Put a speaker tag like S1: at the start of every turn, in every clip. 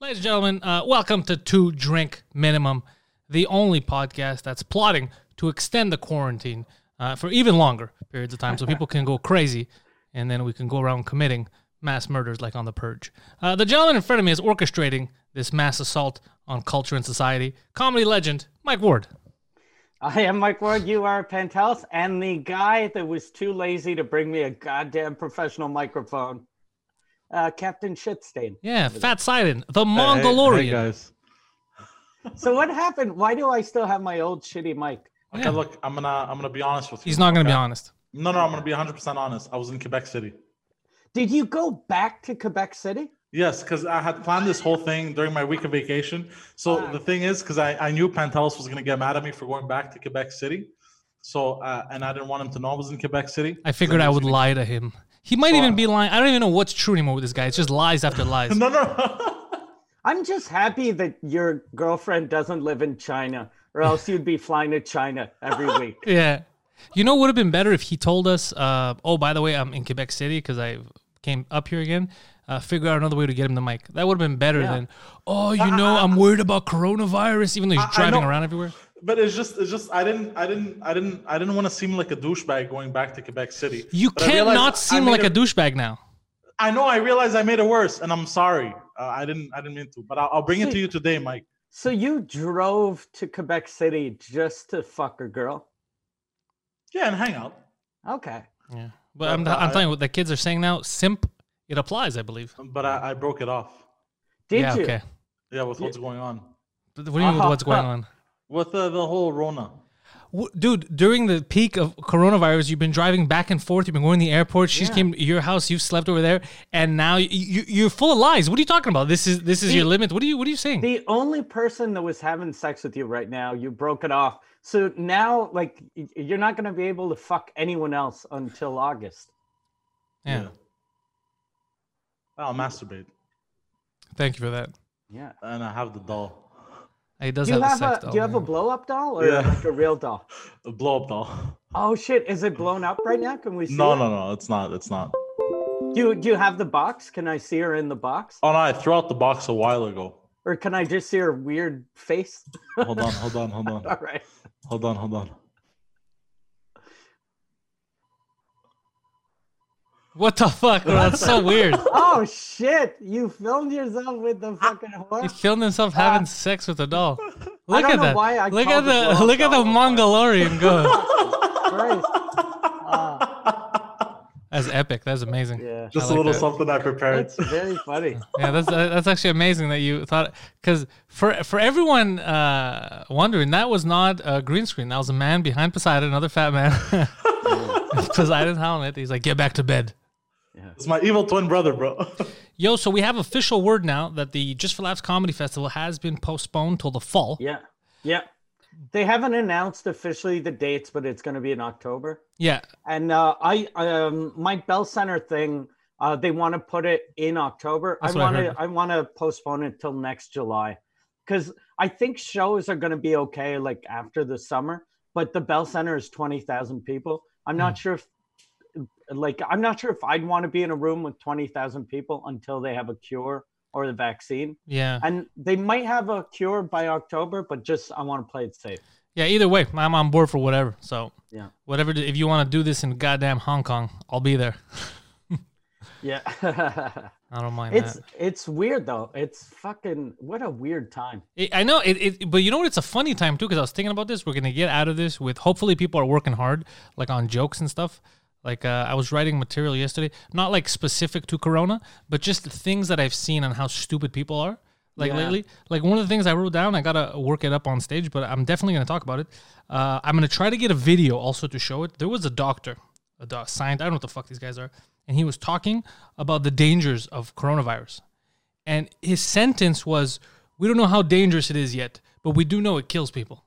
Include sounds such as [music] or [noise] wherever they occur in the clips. S1: Ladies and gentlemen, uh, welcome to Two Drink Minimum, the only podcast that's plotting to extend the quarantine uh, for even longer periods of time so people can go crazy and then we can go around committing mass murders like on The Purge. Uh, the gentleman in front of me is orchestrating this mass assault on culture and society, comedy legend Mike Ward.
S2: I am Mike Ward. You are Penthouse, and the guy that was too lazy to bring me a goddamn professional microphone, uh, Captain Shitstain.
S1: Yeah, Fat Sidon, the Mongolorian.
S3: guys.
S2: So what happened? Why do I still have my old shitty mic?
S3: Okay,
S1: Yeah.
S3: look, I'm gonna I'm gonna be honest with you.
S1: He's not going to be
S3: okay?
S1: honest.
S3: No, no, I'm gonna be 100 percent honest. I was in Quebec City.
S2: Did you go back to Quebec City?
S3: Yes, because I had planned this whole thing during my week of vacation. So
S2: Ah.
S3: the thing is, because I, I knew Pantelis was gonna get mad at me for going back to Quebec City, so uh, and I didn't want him to know I was in Quebec City.
S1: I figured I would lie to him. He might even be lying. I don't even know what's true anymore with this guy. It's just lies after lies.
S3: No, no. [laughs]
S2: I'm just happy that your girlfriend doesn't live in China, or else you'd be flying to China every
S1: [laughs]
S2: week.
S1: Yeah. You know, what would have been better if he told us, uh, oh, by the way, I'm in Quebec City because I came up here again. Uh, figure out another way to get him the mic. That would have been better than, oh, you know, I'm worried about coronavirus, even though he's
S3: I
S1: driving
S3: know.
S1: around everywhere.
S3: But it's just, it's just, I didn't, I didn't, I didn't, I didn't want to seem like a douchebag going back to Quebec City.
S1: You
S3: But I realized I
S1: cannot seem
S3: made
S1: like
S3: it-
S1: a douchebag now.
S3: I know. I realize I made it worse, and I'm sorry. Uh, I didn't. I didn't mean to. But I'll, I'll bring it to you today, Mike.
S2: So you drove to Quebec City just to fuck a girl?
S3: Yeah, and hang out.
S2: Okay.
S1: Yeah. But I'm,
S3: Uh,
S1: I'm
S3: I-
S1: telling you what the kids are saying now, simp, it applies, I believe.
S3: But I, I broke it off.
S2: Did
S1: yeah,
S2: you?
S1: okay.
S3: Yeah, with what's going on
S1: But What do you mean with
S3: Uh-huh.
S1: what's going
S3: Uh,
S1: on?
S3: with the, the whole Rona.
S1: W- Dude, during the peak of coronavirus, you've been driving back and forth. You've been going to the airport. She's came to your house. You've slept over there, and now you, you, you're full of lies. What are you talking about? This is this is your limit. What are you What are you saying?
S2: The only person that was having sex with you right now, you broke it off. So now, like, y- you're not going to be able to fuck anyone else until August.
S1: yeah.
S3: I'll masturbate,
S1: Thank you for that.
S2: Yeah.
S3: and I have the doll,
S1: He does
S2: Do you
S1: have,
S2: have
S1: the sex
S2: a
S1: doll.
S2: Do you have a
S1: yeah.
S2: blow up doll or
S3: Yeah.
S2: like a real doll?
S3: a blow up doll.
S2: Oh shit! Is it blown up right now? Can we see?
S3: No,
S2: it?
S3: no, no. It's not. It's not.
S2: Do you, Do you have the box? Can I see her in the box,
S3: Oh no! I threw out the box a while ago.
S2: or can I just see her weird face? [laughs]
S3: Hold on, hold on, hold on,
S2: All right.
S3: hold on, hold on.
S1: What the fuck? Bro? That's
S2: [laughs]
S1: so weird.
S2: Oh shit! You filmed yourself with
S1: [laughs]
S2: the fucking
S1: He
S2: horse.
S1: filmed himself having sex with a
S2: [laughs]
S1: doll. Look
S2: Ah. don't
S1: at
S2: know
S1: that.
S2: why I
S1: look at
S2: called it
S1: the
S2: blow-up
S1: look at the
S2: doll. [laughs]
S1: Mongolorian go.
S3: [laughs]
S2: Christ. Ah,
S1: That's epic. That's amazing.
S2: yeah.
S3: Just
S1: like
S3: a little
S1: that.
S3: something I prepared.
S2: That's very funny.
S1: yeah, that's uh, that's actually amazing that you thought because for for everyone uh, wondering, that was not a green screen. That was a man behind Poseidon, another fat man. [laughs] Poseidon's howling it. He's like, "Get back to bed."
S3: It's my evil twin brother, bro. [laughs]
S1: Yo, so we have official word now that the Just for Laughs Comedy Festival has been postponed till the fall.
S2: Yeah. Yeah. They haven't announced officially the dates, but it's going to be in October.
S1: Yeah,
S2: And uh, I, um, my Bell Center thing, uh, they want to put it in October.
S1: That's
S2: I
S1: what I
S2: want
S1: heard.
S2: to, I want to postpone it till next July, because I think shows are going to be okay, like after the summer. But the Bell Center is twenty thousand people. I'm not
S1: Hmm.
S2: sure if, like, I'm not sure if I'd want to be in a room with twenty thousand people until they have a cure or the vaccine.
S1: yeah,
S2: And they might have a cure by October, but just I want to play it safe.
S1: yeah. Either way, I'm on board for whatever. So
S2: Yeah.
S1: whatever. If you want to do this in goddamn Hong Kong, I'll be there.
S2: Yeah.
S1: I don't mind. that.
S2: [laughs] it's it's weird though. It's fucking what a weird time.
S1: It, I know it, it, but you know what? It's a funny time too because I was thinking about this. We're gonna get out of this with hopefully people are working hard, like on jokes and stuff. Like uh, I was writing material yesterday, not like specific to Corona, but just the things that I've seen on how stupid people are. Like
S2: Yeah.
S1: lately, like one of the things I wrote down, I gotta work it up on stage, but I'm definitely gonna talk about it. Uh, I'm gonna try to get a video also to show it. There was a doctor, a do- scientist. I don't know what the fuck these guys are, and he was talking about the dangers of coronavirus and his sentence was, "We don't know how dangerous it is yet, but we do know it kills people."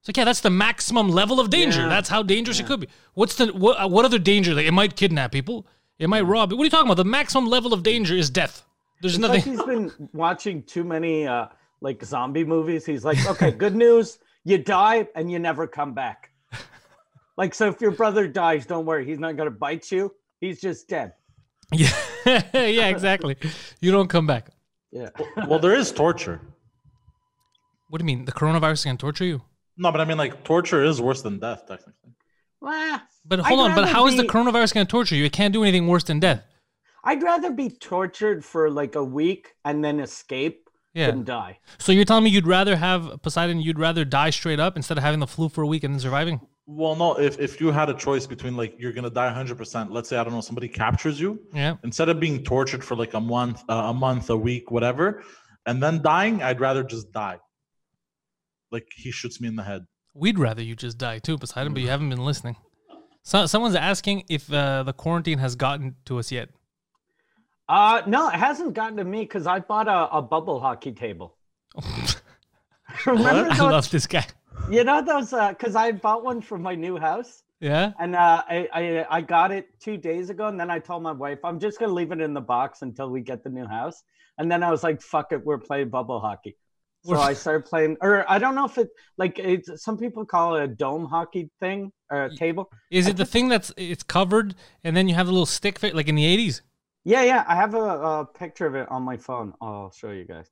S1: It's like, yeah, that's the maximum level of danger.
S2: Yeah.
S1: That's how dangerous it could be. What's the what? uh, What other danger? Like, it might kidnap people. It might rob. What are you talking about? The maximum level of danger is death. There's
S2: It's like
S1: [laughs] nothing.
S2: he's been watching too many uh like zombie movies. He's like, okay, good news, you die and you never come
S1: [laughs]
S2: back. Like so if your brother dies, don't worry, he's not gonna bite you. He's just dead.
S1: yeah, yeah, exactly. You don't come back.
S2: Yeah.
S3: well, there is torture.
S1: What do you mean? The coronavirus can torture you?
S3: No, but I mean, like, torture is worse than death, technically.
S2: Well,
S1: But hold
S2: I'd
S1: on. But
S2: rather
S1: how is the
S2: be-
S1: coronavirus going to torture you? It can't do anything worse than death.
S2: I'd rather be tortured for like a week and then escape
S1: Yeah.
S2: than die.
S1: So you're telling me you'd rather have Poseidon? You'd rather die straight up instead of having the flu for a week and then surviving?
S3: Well, no, if, if you had a choice between, like, you're going to die 100%, let's say, I don't know, somebody captures you,
S1: Yeah.
S3: instead of being tortured for like a month, uh, a month, a week, whatever, and then dying, I'd rather just die. Like, he shoots me in the head.
S1: We'd rather you just die too, Poseidon. But you haven't been listening. So someone's asking if uh, the quarantine has gotten to us yet.
S2: Uh, no, it hasn't gotten to me because I bought a, a bubble hockey
S1: [laughs]
S2: table. [laughs] Remember
S1: I
S2: those,
S1: love this guy.
S2: you know those? Because I bought one for my new house,
S1: Yeah.
S2: and uh, I, I I got it two days ago, and then I told my wife I'm just gonna leave it in the box until we get the new house, and then I was like, "Fuck it, we're playing bubble hockey." So I started playing, or I don't know if it like it's some people call it a dome hockey thing or a table.
S1: Is it the thing that's it's covered and then you have the little stick fit like in the eighties?
S2: Yeah, yeah, I have a, a picture of it on my phone. I'll show you guys.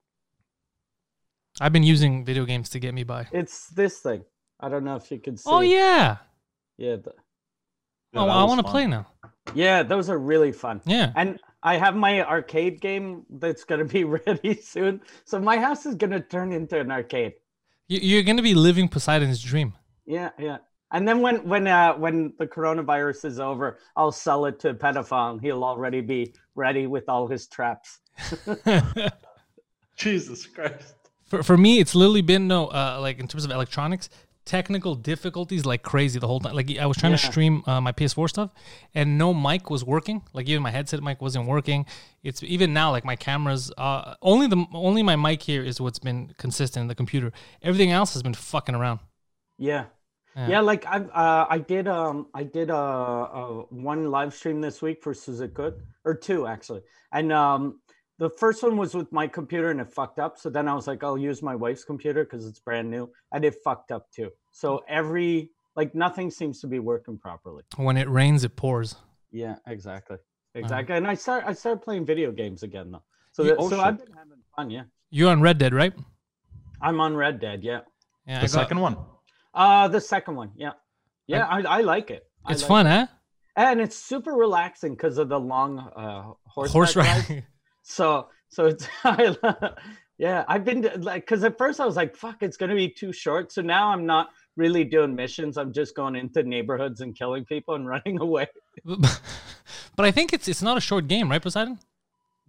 S1: I've been using video games to get me by.
S2: It's this thing. I don't know if you can see.
S1: Oh yeah.
S2: yeah, th-
S1: oh, I want to play now.
S2: yeah. Those are really fun.
S1: Yeah.
S2: And I have my arcade game that's going to be [laughs] ready soon. So my house is going to turn into an arcade.
S1: You- You're gonna be living Poseidon's dream.
S2: Yeah, yeah. And then when when uh, when the coronavirus is over, I'll sell it to Pedophile. He'll already be ready with all his traps.
S3: Jesus Christ.
S1: For, for me, it's literally been no uh, like in terms of electronics technical difficulties like crazy the whole time. Like I was trying to
S2: Yeah.
S1: stream uh, my PS4 stuff, and no mic was working. Like even my headset mic wasn't working. It's even now like my cameras. Uh, only the only my mic here is what's been consistent. The computer, everything else has been fucking around.
S2: Yeah.
S1: Yeah.
S2: Yeah, like I uh, I did um I did a, a one live stream this week for Suzukut or two actually. And um the first one was with my computer and it fucked up. So then I was like I'll use my wife's computer cuz it's brand new and it fucked up too. So every like nothing seems to be working properly.
S1: When it rains, it pours.
S2: Yeah, exactly. Exactly. And I start I started playing video games again though. So
S1: You-
S2: that,
S3: oh,
S2: so
S3: shit.
S2: I've been having fun, yeah.
S1: You're on Red Dead, right?
S2: I'm on Red Dead, yeah.
S1: Yeah, I
S3: The
S1: got-
S3: second one.
S2: Uh the second one, yeah. Yeah, I, I like it. I
S1: it's
S2: like
S1: fun, huh?
S2: and it's super relaxing because of the long uh, horseback
S1: Horse
S2: ride.
S1: ride.
S2: So so it's [laughs] I lo- yeah. I've been to- like because at first I was like, fuck, it's gonna be too short. So now I'm not really doing missions. I'm just going into neighborhoods and killing people and [laughs] running away.
S1: [laughs] but I think it's it's not a short game, right, Poseidon?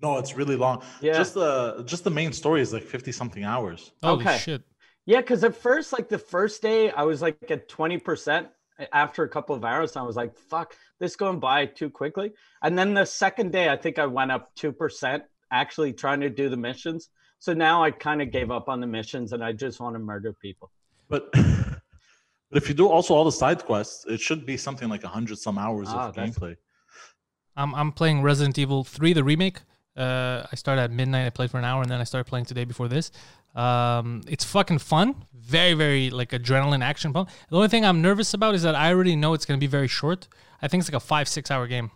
S3: No, it's really long.
S2: Yeah.
S3: Just the just the main story is like 50 something hours.
S1: Holy
S2: Okay.
S1: shit!
S2: Yeah, because at first, like the first day, I was like at twenty percent. After a couple of hours, I was like, "Fuck, this going by too quickly." And then the second day, I think I went up two percent, actually trying to do the missions. So now I kind of gave up on the missions, and I just want to murder people.
S3: But [laughs] but if you do also all the side quests, it should be something like 100 some hours
S2: Ah,
S3: of
S2: that's-
S3: gameplay.
S1: I'm I'm playing Resident Evil Three, the remake. Uh, I started at midnight. I played for an hour, and then I started playing today before this. Um, it's fucking fun. Very very like adrenaline action pump. The only thing I'm nervous about is that I already know it's gonna be very short. I think it's like a five six hour game.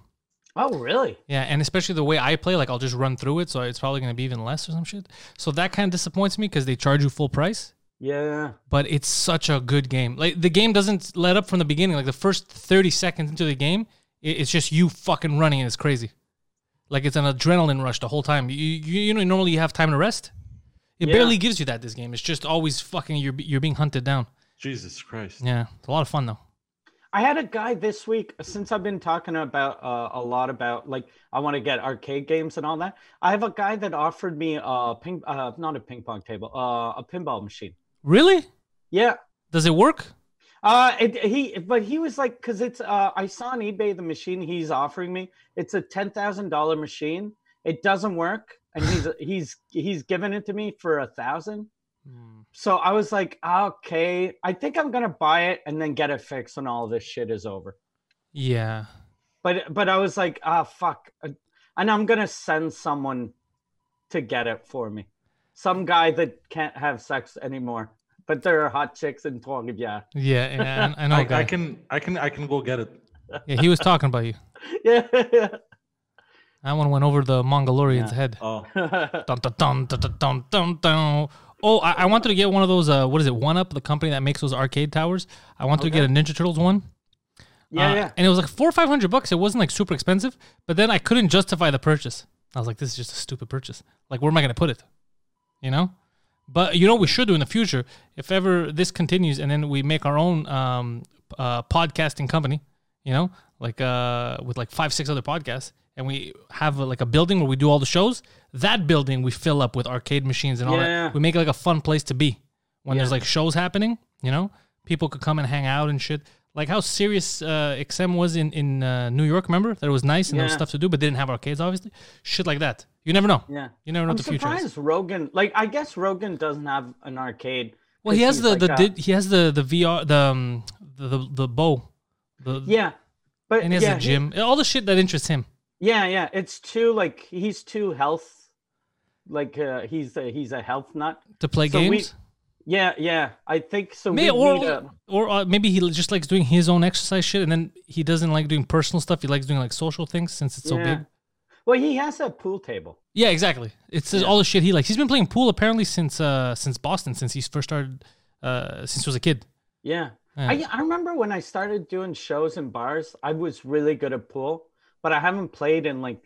S2: Oh, really?
S1: Yeah, and especially the way I play, like I'll just run through it, so it's probably gonna be even less or some shit. So that kind of disappoints me because they charge you full price.
S2: Yeah.
S1: but it's such a good game. Like the game doesn't let up from the beginning. Like the first thirty seconds into the game, i- it's just you fucking running, and it's crazy. Like it's an adrenaline rush the whole time. You you, you know normally you have time to rest. It
S2: Yeah.
S1: barely gives you that. This game. It's just always fucking you're be- you're being hunted down.
S3: Jesus Christ.
S1: Yeah, it's a lot of fun though.
S2: I had a guy this week since I've been talking about uh, a lot about like I want to get arcade games and all that. I have a guy that offered me a ping, uh, not a ping pong table, uh, a pinball machine.
S1: Really?
S2: Yeah,
S1: Does it work?
S2: Uh, it, he, but he was like, because it's, uh, I saw on eBay the machine he's offering me. It's a ten thousand dollar machine. It doesn't work, and he's he's he's giving it to me for a thousand. So I was like, okay, I think I'm gonna buy it and then get it fixed when all this shit is over.
S1: Yeah.
S2: But but I was like, ah, fuck, Uh, and I'm gonna send someone to get it for me. Some guy that can't have sex anymore, but there are hot chicks in [laughs] Tonga.
S1: Yeah, yeah, I, I know. a
S3: I,
S1: guy.
S3: I can I can I can go get it.
S1: yeah, he was talking about you.
S2: Yeah, yeah.
S1: That one went over the Mongolian's
S2: Yeah.
S1: head.
S2: [laughs]
S3: Oh,
S1: Dun, dun, dun, dun, dun, dun, dun, dun. Oh, I, I wanted to get one of those. Uh, what is it? One Up, the company that makes those arcade towers. I wanted to
S2: Okay.
S1: get a Ninja Turtles one.
S2: yeah,
S1: Uh,
S2: yeah.
S1: And it was like four or five hundred bucks. It wasn't like super expensive, but then I couldn't justify the purchase. I was like, this is just a stupid purchase. Like, where am I going to put it? You know? But you know what we should do in the future, if ever this continues, and then we make our own um, uh, podcasting company, you know, like uh, with like five, six other podcasts, and we have uh, like a building where we do all the shows. That building we fill up with arcade machines and all
S2: Yeah.
S1: that. We make it like a fun place to be when there's
S2: Yeah.
S1: like shows happening. You know, people could come and hang out and shit. Like how serious uh, XM was in in uh, New York. Remember that it was nice and there was
S2: Yeah.
S1: stuff to do, but they didn't have arcades, obviously. Shit like that. You never know.
S2: Yeah.
S1: You never know what
S2: I'm
S1: the future is.
S2: surprised Rogan. Like, I guess Rogan doesn't have an arcade.
S1: Well, he
S2: 'cause
S1: has
S2: he's
S1: the
S2: like uh,
S1: the
S2: a-
S1: did, he has the the VR the um, the, the the bow, the,
S2: Yeah, but
S1: and he has
S2: yeah,
S1: the
S2: he-
S1: gym, all the shit that interests him.
S2: yeah, yeah. It's too like he's too health. Like uh, he's a, he's a health nut.
S1: To play
S2: So we-
S1: games,
S2: Yeah, yeah. I think so.
S1: May,
S2: We
S1: or
S2: need a,
S1: or uh, maybe he just likes doing his own exercise shit, and then he doesn't like doing personal stuff. He likes doing like social things since it's so
S2: Yeah.
S1: big.
S2: well, he has a pool table.
S1: Yeah, exactly. It's just all the shit he likes. He's been playing pool apparently since uh since Boston, since he first started, uh since he was a kid.
S2: Yeah.
S1: Yeah.
S2: I, I remember when I started doing shows in bars, I was really good at pool, but I haven't played in like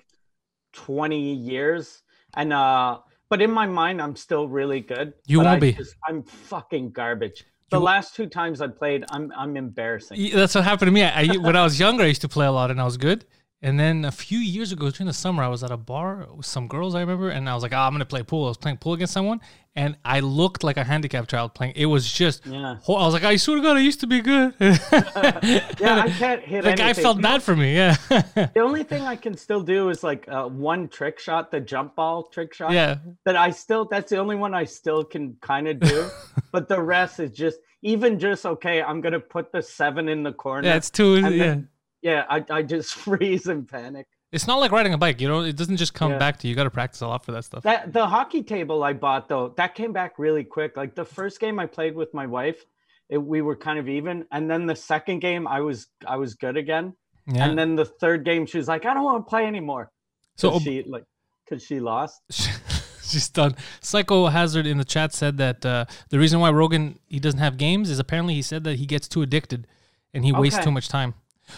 S2: 20 years. And, uh, but in my mind, I'm still really good.
S1: You
S2: but
S1: won't
S2: I
S1: be.
S2: just- I'm fucking garbage. The
S1: You-
S2: last two times I played, I'm, I'm embarrassing.
S1: Yeah, that's what happened to me. I, I- when I was younger, I used to play a lot and I was good. And then a few years ago, during the summer, I was at a bar with some girls I remember, and I was like, "Ah, I'm gonna play pool." I was playing pool against someone, and I looked like a handicapped child playing. It was just,
S2: Yeah.
S1: ho- I was like, "I swear to God, I used to be good." [laughs]
S2: Yeah. I
S1: yeah,
S2: can't hit
S1: the guy
S2: anything.
S1: felt bad for me. Yeah, [laughs]
S2: The only thing I can still do is like uh, one trick shot, the jump ball trick shot.
S1: yeah.
S2: that I still that's the only one I still can kind
S1: [laughs]
S2: of do. but the rest is just even just okay, I'm gonna put the seven in the corner.
S1: Yeah, it's too.
S2: And
S1: yeah,
S2: then- yeah, I, I just [laughs] freeze and panic.
S1: it's not like riding a bike. You know, it doesn't just come
S2: Yeah.
S1: back to you. You got to practice a lot for that stuff.
S2: That the hockey table I bought though, that came back really quick. Like the first game I played with my wife, it, we were kind of even. And then the second game I was I was good again.
S1: yeah.
S2: And then the third game she was like, I don't want to play anymore.
S1: so
S2: So she like because she lost.
S1: [laughs] She's done. Psycho Hazard in the chat said that uh, the reason why Rogan he doesn't have games is apparently he said that he gets too addicted and he wastes
S2: Okay.
S1: too much time,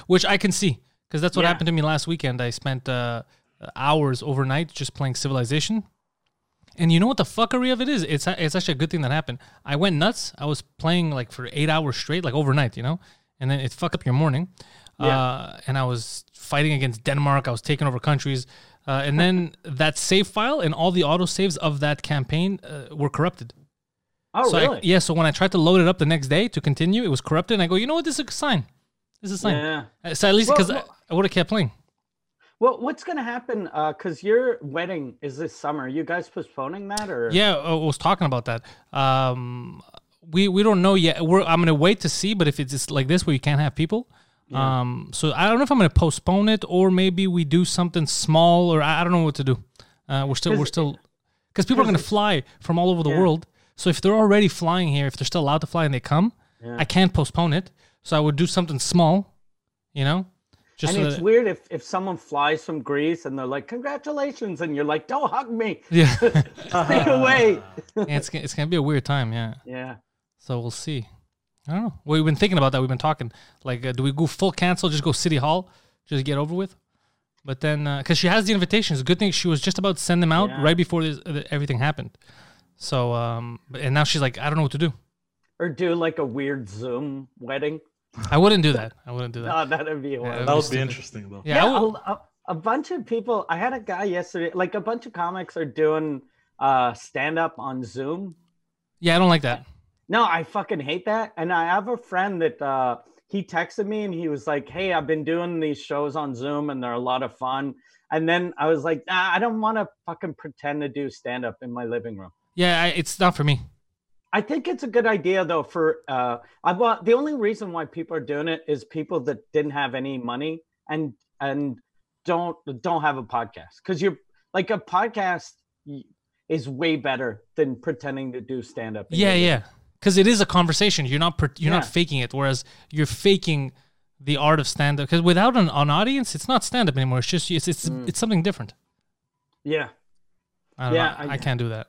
S1: which I can see because that's what
S2: Yeah.
S1: happened to me last weekend. I spent uh, hours overnight just playing Civilization, and you know what the fuckery of it is? It's a- it's actually a good thing that happened. I went nuts. I was playing like for eight hours straight, like overnight, you know, and then it fucked up your morning. Uh, and I was fighting against Denmark. I was taking over countries, uh, and
S2: [laughs]
S1: then that save file and all the auto saves of that campaign uh, were corrupted.
S2: Oh
S1: so I-
S2: really?
S1: yeah. So when I tried to load it up the next day to continue, it was corrupted. And I go, you know what? This is a sign. This is a sign.
S2: yeah.
S1: Uh, So at least
S2: Well,
S1: because
S2: well-
S1: I, I would have kept playing.
S2: Well, what's going to happen? Because your wedding is this summer. Are you guys postponing that, or
S1: Yeah, I was talking about that. Um, we we don't know yet. We're, I'm gonna wait to see, but if it's just like this where you can't have people, um, so I don't know if I'm gonna postpone it or maybe we do something small or I, I don't know what to do. Uh, we're still we're
S2: 'Cause-
S1: still because people are gonna fly from all over the
S2: Yeah.
S1: world. So if they're already flying here, if they're still allowed to fly and they come,
S2: Yeah.
S1: I can't postpone it. So I would do something small, you know, just
S2: And
S1: so
S2: it's
S1: that,
S2: weird if if someone flies from Greece and they're like, "Congratulations," and you're like, "Don't hug me,
S1: [laughs] yeah.
S2: [laughs] stay away."
S1: [laughs] it's gonna- it's gonna be a weird time, yeah.
S2: Yeah,
S1: So we'll see. I don't know. We've been thinking about that. We've been talking. Like, uh, do we go full cancel? Just go city hall. Just get over with. But then, because she has the invitations, good thing she was just about to send them out
S2: Yeah.
S1: right before this, uh, everything happened. So, um, but- and now she's like, I don't know what to do.
S2: or do like a weird Zoom wedding.
S1: I wouldn't do that. I wouldn't do that.
S2: Oh, that'd be horrible.
S3: that would be interesting though.
S1: Yeah,
S2: Yeah,
S1: I
S2: a,
S1: would,
S2: a, a bunch of people. I had a guy yesterday. Like a bunch of comics are doing uh stand up on Zoom
S1: yeah. I don't like that.
S2: No, I fucking hate that. And I have a friend that uh, he texted me and he was like, "Hey, I've been doing these shows on Zoom and they're a lot of fun." And then I was like, nah, "I don't want to fucking pretend to do stand up in my living room."
S1: Yeah, I, it's not for me.
S2: I think it's a good idea though. For uh, I bought the only reason why people are doing it is people that didn't have any money and and don't don't have a podcast because you're like a podcast y- is way better than pretending to do stand up.
S1: Yeah, yeah. Because it is a conversation. You're not per- you're not
S2: Yeah.
S1: faking it. Whereas you're faking the art of stand up because without an, an audience, it's not stand up anymore. It's just it's it's,
S2: Mm.
S1: it's something different.
S2: Yeah.
S1: I don't
S2: Yeah,
S1: know. I,
S2: I-
S1: I can't do that.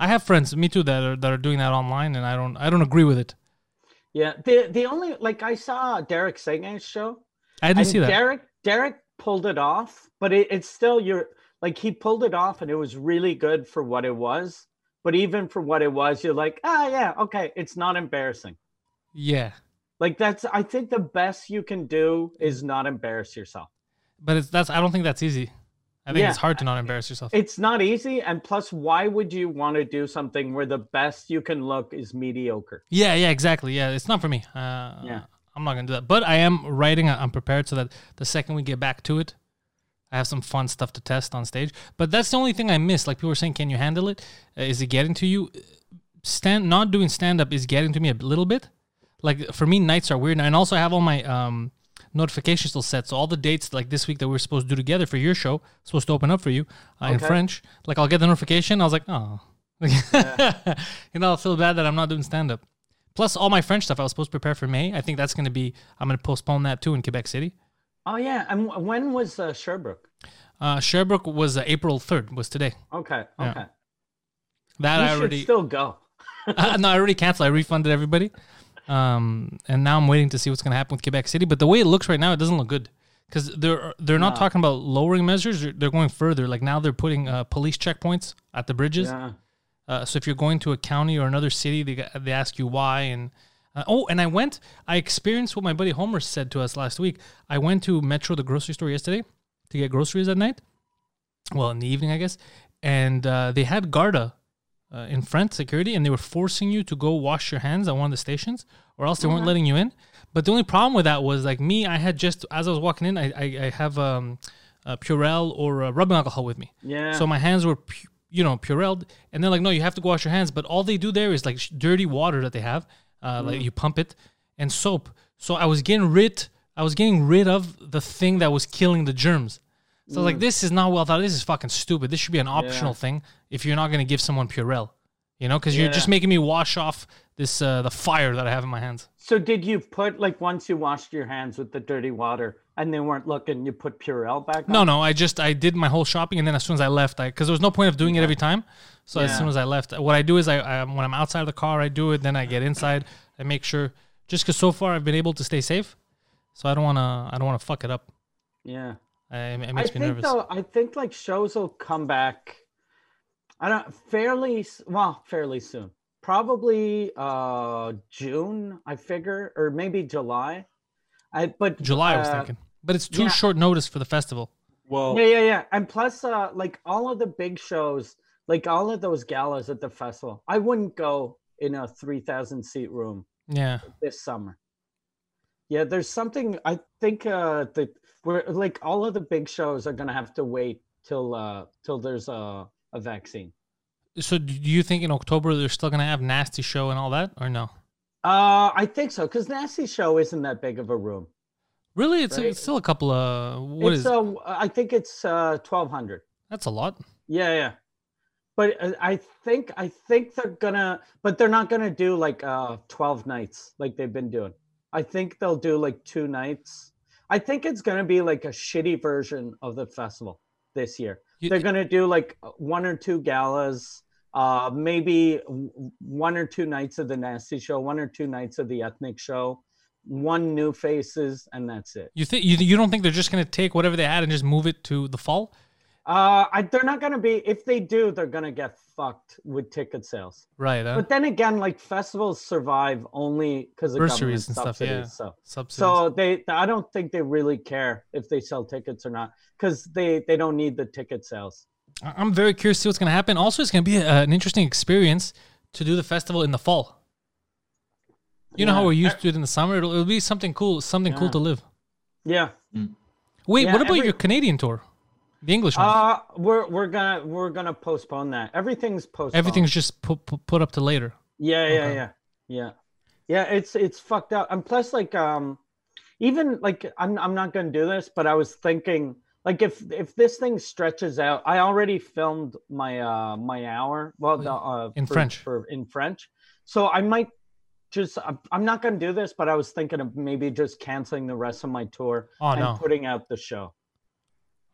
S1: I have friends, me too, that are that are doing that online, and I don't I don't agree with it.
S2: Yeah. The the only like I saw Derek Sagan's show.
S1: I didn't
S2: and
S1: see that.
S2: Derek Derek pulled it off, but it, it's still your like he pulled it off and it was really good for what it was. But even for what it was, you're like, ah yeah, okay, it's not embarrassing.
S1: yeah,
S2: Like that's I think the best you can do is not embarrass yourself.
S1: but it's that's I don't think that's easy. I think
S2: Yeah.
S1: it's hard to not embarrass yourself.
S2: It's not easy and plus why would you want to do something where the best you can look is mediocre?
S1: Yeah, yeah, exactly. Yeah, it's not for me. Uh,
S2: Yeah.
S1: I'm not gonna do that. But I am writing. I- I'm prepared so that the second we get back to it, I have some fun stuff to test on stage. But that's the only thing I miss. Like people were saying, can you handle it? Uh, is it getting to you? Stand not doing stand up is getting to me a little bit. Like for me, nights are weird, and also I have all my um, notifications still set. So all the dates like this week that we are supposed to do together for your show, supposed to open up for you uh, in
S2: Okay.
S1: French. Like I'll get the notification. I was like, oh, [laughs] you know, I feel bad that I'm not doing stand up. Plus, all my French stuff I was supposed to prepare for May. I think that's going to be, I'm going to postpone that too in Quebec City.
S2: Oh yeah, and w- when was uh, Sherbrooke?
S1: Uh, Sherbrooke was uh, April 3rd, was today.
S2: Okay,
S1: Yeah.
S2: okay.
S1: That I
S2: you
S1: already,
S2: should still go.
S1: uh, no, [laughs] I already canceled. I refunded everybody. Um, and now I'm waiting to see what's going to happen with Quebec City. But the way it looks right now, it doesn't look good. Because they're they're not
S2: No.
S1: talking about lowering measures; they're, they're going further. Like now, they're putting uh, police checkpoints at the bridges.
S2: Yeah.
S1: Uh, so if you're going to a county or another city, they, g- they ask you why. And uh, oh, and I went. I experienced what my buddy Homer said to us last week. I went to Metro, the grocery store, yesterday to get groceries at night. Well, in the evening, I guess. And uh, they had Garda uh, in front security, and they were forcing you to go wash your hands at one of the stations, or else they weren't letting you in. But the only problem with that was like me, I had just as I was walking in, I I, I have um, uh, Purell or uh, rubbing alcohol with me.
S2: Yeah.
S1: So my hands were, pu- you know, Purelled, and they're like, no, you have to go wash your hands. But all they do there is like sh- dirty water that they have, uh, like you pump it, and soap. So I was getting rid, I was getting rid of the thing that was killing the germs. So I was
S2: Mm.
S1: like, this is not well thought. This is fucking stupid. This should be an optional thing if you're not gonna give someone Purell, you know, because you're
S2: Yeah.
S1: just making me wash off this uh, the fire that I have in my hands.
S2: So did you put like once you washed your hands with the dirty water and they weren't looking, you put Purell back
S1: No,
S2: on?
S1: no. I just I did my whole shopping, and then as soon as I left, I because there was no point of doing it every time. So as
S2: Yeah.
S1: soon as I left, what I do is I, I when I'm outside of the car, I do it. Then I get inside, I make sure. Just because so far I've been able to stay safe, so I don't wanna I don't wanna fuck it up.
S2: Yeah.
S1: I, it
S2: I
S1: makes me
S2: think
S1: nervous.
S2: though I think like shows will come back I don't fairly s- well, fairly soon. Probably uh June, I figure, or maybe July. I but
S1: July I was
S2: uh,
S1: thinking, but it's too
S2: yeah.
S1: short notice for the festival. oh.
S3: Well,
S2: Yeah, yeah, yeah. And plus uh like all of the big shows, like all of those galas at the festival, I wouldn't go in a three thousand seat room.
S1: Yeah,
S2: this summer. Yeah, there's something I think uh that we're like all of the big shows are gonna have to wait till uh till there's a a vaccine.
S1: so do you think in October they're still gonna have nasty show and all that, or no?
S2: Uh I think so, because Nasty Show isn't that big of a room.
S1: Really, it's,
S2: Right.
S1: it's still a couple of what
S2: it's
S1: is
S2: uh I think it's uh twelve hundred.
S1: that's a lot.
S2: Yeah, yeah. But uh, I think I think they're gonna but they're not gonna do like uh twelve nights like they've been doing. I think they'll do like two nights. I think it's gonna be like a shitty version of the festival this year.
S1: You-
S2: they're gonna do like one or two galas uh maybe w- one or two nights of the nasty show one or two nights of the ethnic show one new faces and that's it
S1: You think you, you don't think they're just gonna take whatever they had and just move it to the fall?
S2: uh I, they're not gonna be if they do they're gonna get fucked with ticket sales
S1: Right. Uh,
S2: but then again like festivals survive only because of government
S1: Bursaries and stuff,
S2: subsidies
S1: yeah.
S2: so
S1: subsidies.
S2: so they i don't think they really care if they sell tickets or not because they they don't need the ticket sales
S1: I- I'm very curious to see what's going to happen. Also, it's going to be a, an interesting experience to do the festival in the fall. You know how
S2: Yeah.
S1: we're used to it in the summer. It'll, it'll be something cool, something cool
S2: Yeah.
S1: to live.
S2: yeah
S1: Wait,
S2: Yeah,
S1: what about
S2: every-
S1: your Canadian tour? The English one.
S2: Uh, we're we're gonna we're gonna postpone that. Everything's postponed.
S1: Everything's just put, put put up to later.
S2: yeah, yeah,
S1: okay.
S2: yeah, yeah, yeah. It's it's fucked up. And plus, like, um, even like I'm I'm not gonna do this, but I was thinking like if if this thing stretches out, I already filmed my uh my hour. Well, the, uh,
S1: Oh, In
S2: for-
S1: French.
S2: for in French, so I might just I'm, I'm not going to do this, but I was thinking of maybe just canceling the rest of my tour
S1: Oh,
S2: and
S1: no.
S2: putting out the show.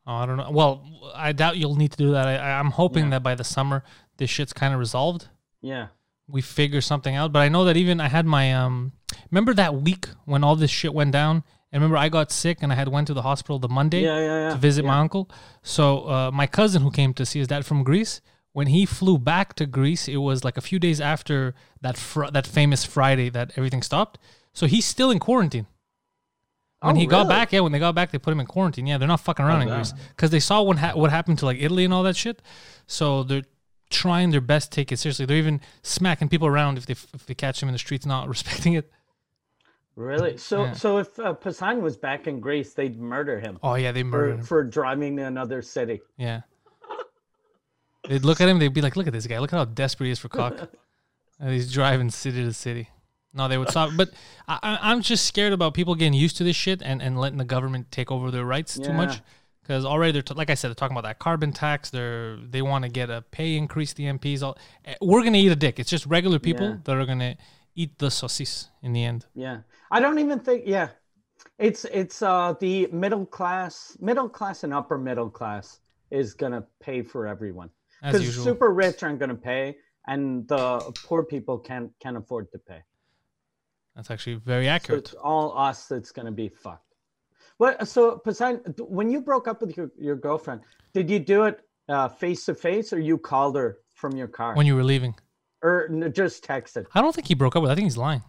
S1: Oh, I don't know. Well, I doubt you'll need to do that. I, I- I'm hoping
S2: Yeah.
S1: that by the summer, this shit's kind of resolved.
S2: Yeah.
S1: We figure something out. But I know that even I had my um. Remember that week when all this shit went down, and remember I got sick and I had went to the hospital the Monday
S2: Yeah, yeah, yeah.
S1: to visit
S2: yeah.
S1: my uncle. So uh, my cousin who came to see his dad from Greece, when he flew back to Greece, it was like a few days after that fr- that famous Friday that everything stopped. So he's still in quarantine. When
S2: Oh,
S1: he got
S2: really?
S1: back, yeah, when they got back, they put him in quarantine. Yeah, they're not fucking around in
S3: damn.
S1: Greece because they saw what, ha- what happened to like Italy and all that shit. So they're trying their best to take it seriously. They're even smacking people around if they f- if they catch them in the streets not [laughs] respecting it.
S2: Really? So,
S1: Yeah.
S2: so if uh, Poseidon was back in Greece, they'd murder him
S1: Oh yeah, they murdered
S2: for,
S1: him.
S2: for driving to another city.
S1: Yeah. They'd look at him. They'd be like, "Look at this guy. Look at how desperate he is for
S2: [laughs]
S1: cock." and he's driving city to city. No, they would stop. But I, I, I'm just scared about people getting used to this shit and, and letting the government take over their rights too much.
S2: Yeah.
S1: Because already they're t- like I said, they're talking about that carbon tax. They're they want to get a pay increase. The MPs, all eh, we're gonna eat a dick. It's just regular people
S2: Yeah.
S1: that are gonna eat the saucisse in the end.
S2: Yeah. I don't even think. Yeah. It's it's uh the middle class, middle class, and upper middle class is gonna pay for everyone
S1: As
S2: because
S1: usual,
S2: super rich aren't gonna pay, and the poor people can't can't afford to pay.
S1: that's actually very
S2: So
S1: accurate.
S2: it's all us that's going to be fucked. What? So Poseidon, th- when you broke up with your, your girlfriend, did you do it uh, face to face, or you called her from your car,
S1: When you were leaving,
S2: or n- just texted?
S1: I don't think he broke up with. I think he's lying.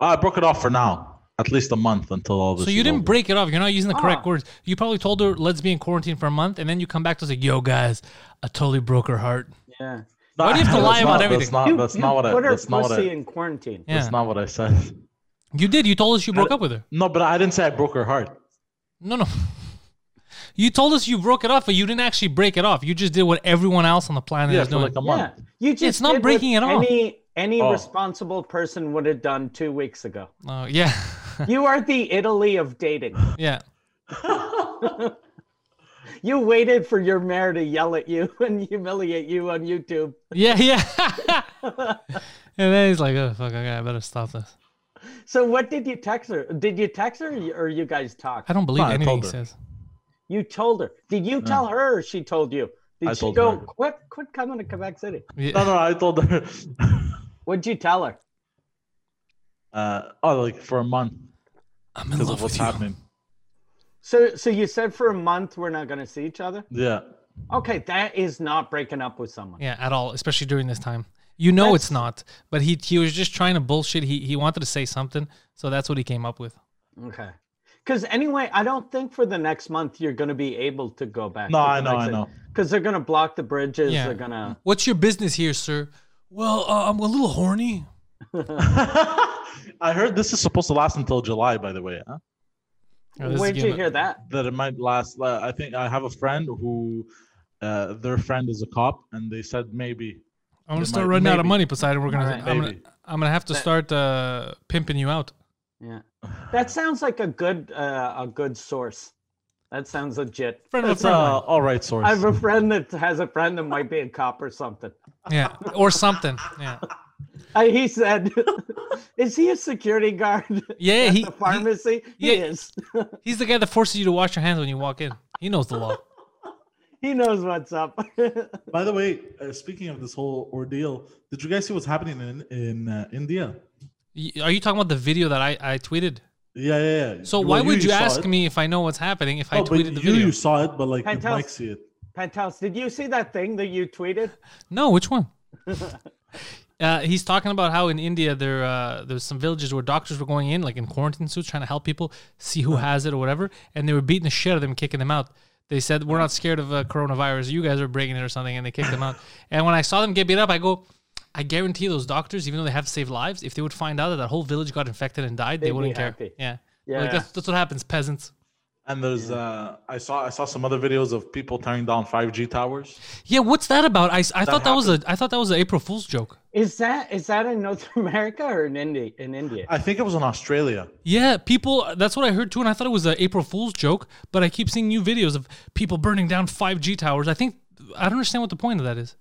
S3: I broke it off for now. At least a month until all this.
S1: So you
S3: is
S1: didn't
S3: over.
S1: break it off. You're not using the correct
S2: Ah.
S1: words. You probably told her, "Let's be in quarantine for a month," and then you come back to say, "Yo, guys, I totally broke her heart."
S2: Yeah.
S1: Why do you have to
S3: [laughs] That's
S1: lie about
S3: not-
S1: everything?
S3: That's not,
S2: You-
S3: Uh, that's
S2: you
S3: not what I.
S2: put her
S3: That's not what
S2: pussy
S3: I.
S2: in quarantine.
S1: Yeah,
S3: That's not what I said.
S1: you did. You told us you broke up with her.
S3: No, but I didn't say I broke her heart.
S1: No, [laughs] no. You told us you broke it off, but you didn't actually break it off. You just did what everyone else on the planet
S3: Yeah,
S1: is
S3: for
S1: doing.
S3: like a
S2: Yeah.
S3: month.
S2: You just
S1: not
S2: did what
S1: breaking it off.
S2: Any any
S3: Oh.
S2: responsible person would have done two
S1: [laughs]
S2: weeks ago.
S1: Oh, yeah,
S2: You are the Italy of dating.
S1: yeah.
S2: You waited for your mayor to yell at you [laughs] and humiliate you on YouTube.
S1: Yeah, [laughs] yeah. and then he's like, oh, fuck, okay, I better stop this.
S2: So what did you text her? Did you text her, or you- or you guys talked?
S1: I don't believe
S3: No, I
S1: anything
S3: told
S1: he
S3: her.
S1: says.
S2: You told her. Did you tell her or she told you? Did
S3: I
S2: she
S3: told
S2: go,
S3: her.
S2: quit quit coming to Quebec City?
S1: Yeah.
S3: No, no, I told her. [laughs]
S2: What'd you tell her?
S3: Uh, oh, like for a month
S1: I'm in
S3: because of
S1: love
S3: what's
S1: with you.
S3: happening.
S2: So so you said for a month we're not gonna see each other?
S3: Yeah. [laughs]
S2: Okay, that is not breaking up with someone.
S1: Yeah, at all, especially during this time. You know it's not, but he he was just trying to bullshit. He he wanted to say something, so that's what he came up with.
S2: Okay. Cause anyway, I don't think for the next month you're gonna be able to go back.
S3: No, I know, I know.
S2: Because they're gonna block the bridges,
S1: Yeah.
S2: they're gonna
S1: What's your business here, sir? Well, uh, I'm a little horny.
S3: I heard this is supposed to last until July, by the way. Huh?
S1: Oh,
S2: Where'd you hear
S3: [sighs]
S2: that?
S3: That it might last. Uh, I think I have a friend who, uh, their friend is a cop, and they said maybe.
S1: I'm gonna
S3: It
S1: start
S3: might-
S1: running out of
S3: maybe.
S1: money, Poseidon. We're gonna,
S2: Alright.
S1: I'm gonna
S3: Maybe.
S1: I'm gonna have to start uh, pimping you out.
S2: Yeah. That sounds like a good uh, a good source. That sounds legit.
S1: Friend of a
S3: It's uh,
S1: friend. of
S3: all right source.
S2: I have a friend that has a friend that might be a cop or something.
S1: mine. yeah, or something. Yeah,
S2: Uh, he said, [laughs] "Is he a security guard [laughs]
S1: yeah. He,
S2: at the
S1: he
S2: pharmacy? He,
S1: yeah.
S2: is.
S1: he's the guy that forces you to wash your hands when you walk in. He knows the law.
S2: he knows what's up." [laughs]
S3: By the way, uh, speaking of this whole ordeal, did you guys see what's happening in in uh, India?
S1: Y- Are you talking about the video that I, I tweeted?
S3: Yeah, yeah. yeah.
S1: So
S3: Well,
S1: why would you,
S3: saw
S1: ask
S3: it.
S1: me if I know what's happening if I
S3: No, but
S1: tweeted the
S3: you,
S1: video?
S3: you saw it, but like
S2: Hey,
S3: did
S2: tell
S3: Mike
S2: us.
S3: see it?
S2: Penthouse, did you see that thing that you tweeted?
S1: No, which
S2: [laughs]
S1: one? uh, he's talking about how in India there uh, there's some villages where doctors were going in like in quarantine suits trying to help people see who has it or whatever, and they were beating the shit out of them, kicking them out. They said we're not scared of uh, coronavirus. You guys are breaking it or something, and they kicked them
S2: [laughs]
S1: out. And when I saw them get beat up, I go. I guarantee those doctors, even though they have saved lives, if they would find out that that whole village got infected and died, they
S2: They'd be
S1: wouldn't care.
S2: happy.
S1: Yeah,
S2: Yeah.
S1: Like, that's, that's what happens, peasants.
S3: And there's uh, I saw I saw some other videos of people tearing down 5G towers.
S1: Yeah, what's that about? I, s- I thought that was a I thought that was an April Fool's joke.
S2: Is that is that in North [laughs] America or in India? In India,
S3: I think it was in Australia.
S1: Yeah, people. That's what I heard too, and I thought it was an April Fool's joke. But I keep seeing new videos of people burning down 5G towers. I think I don't understand what the point of that is.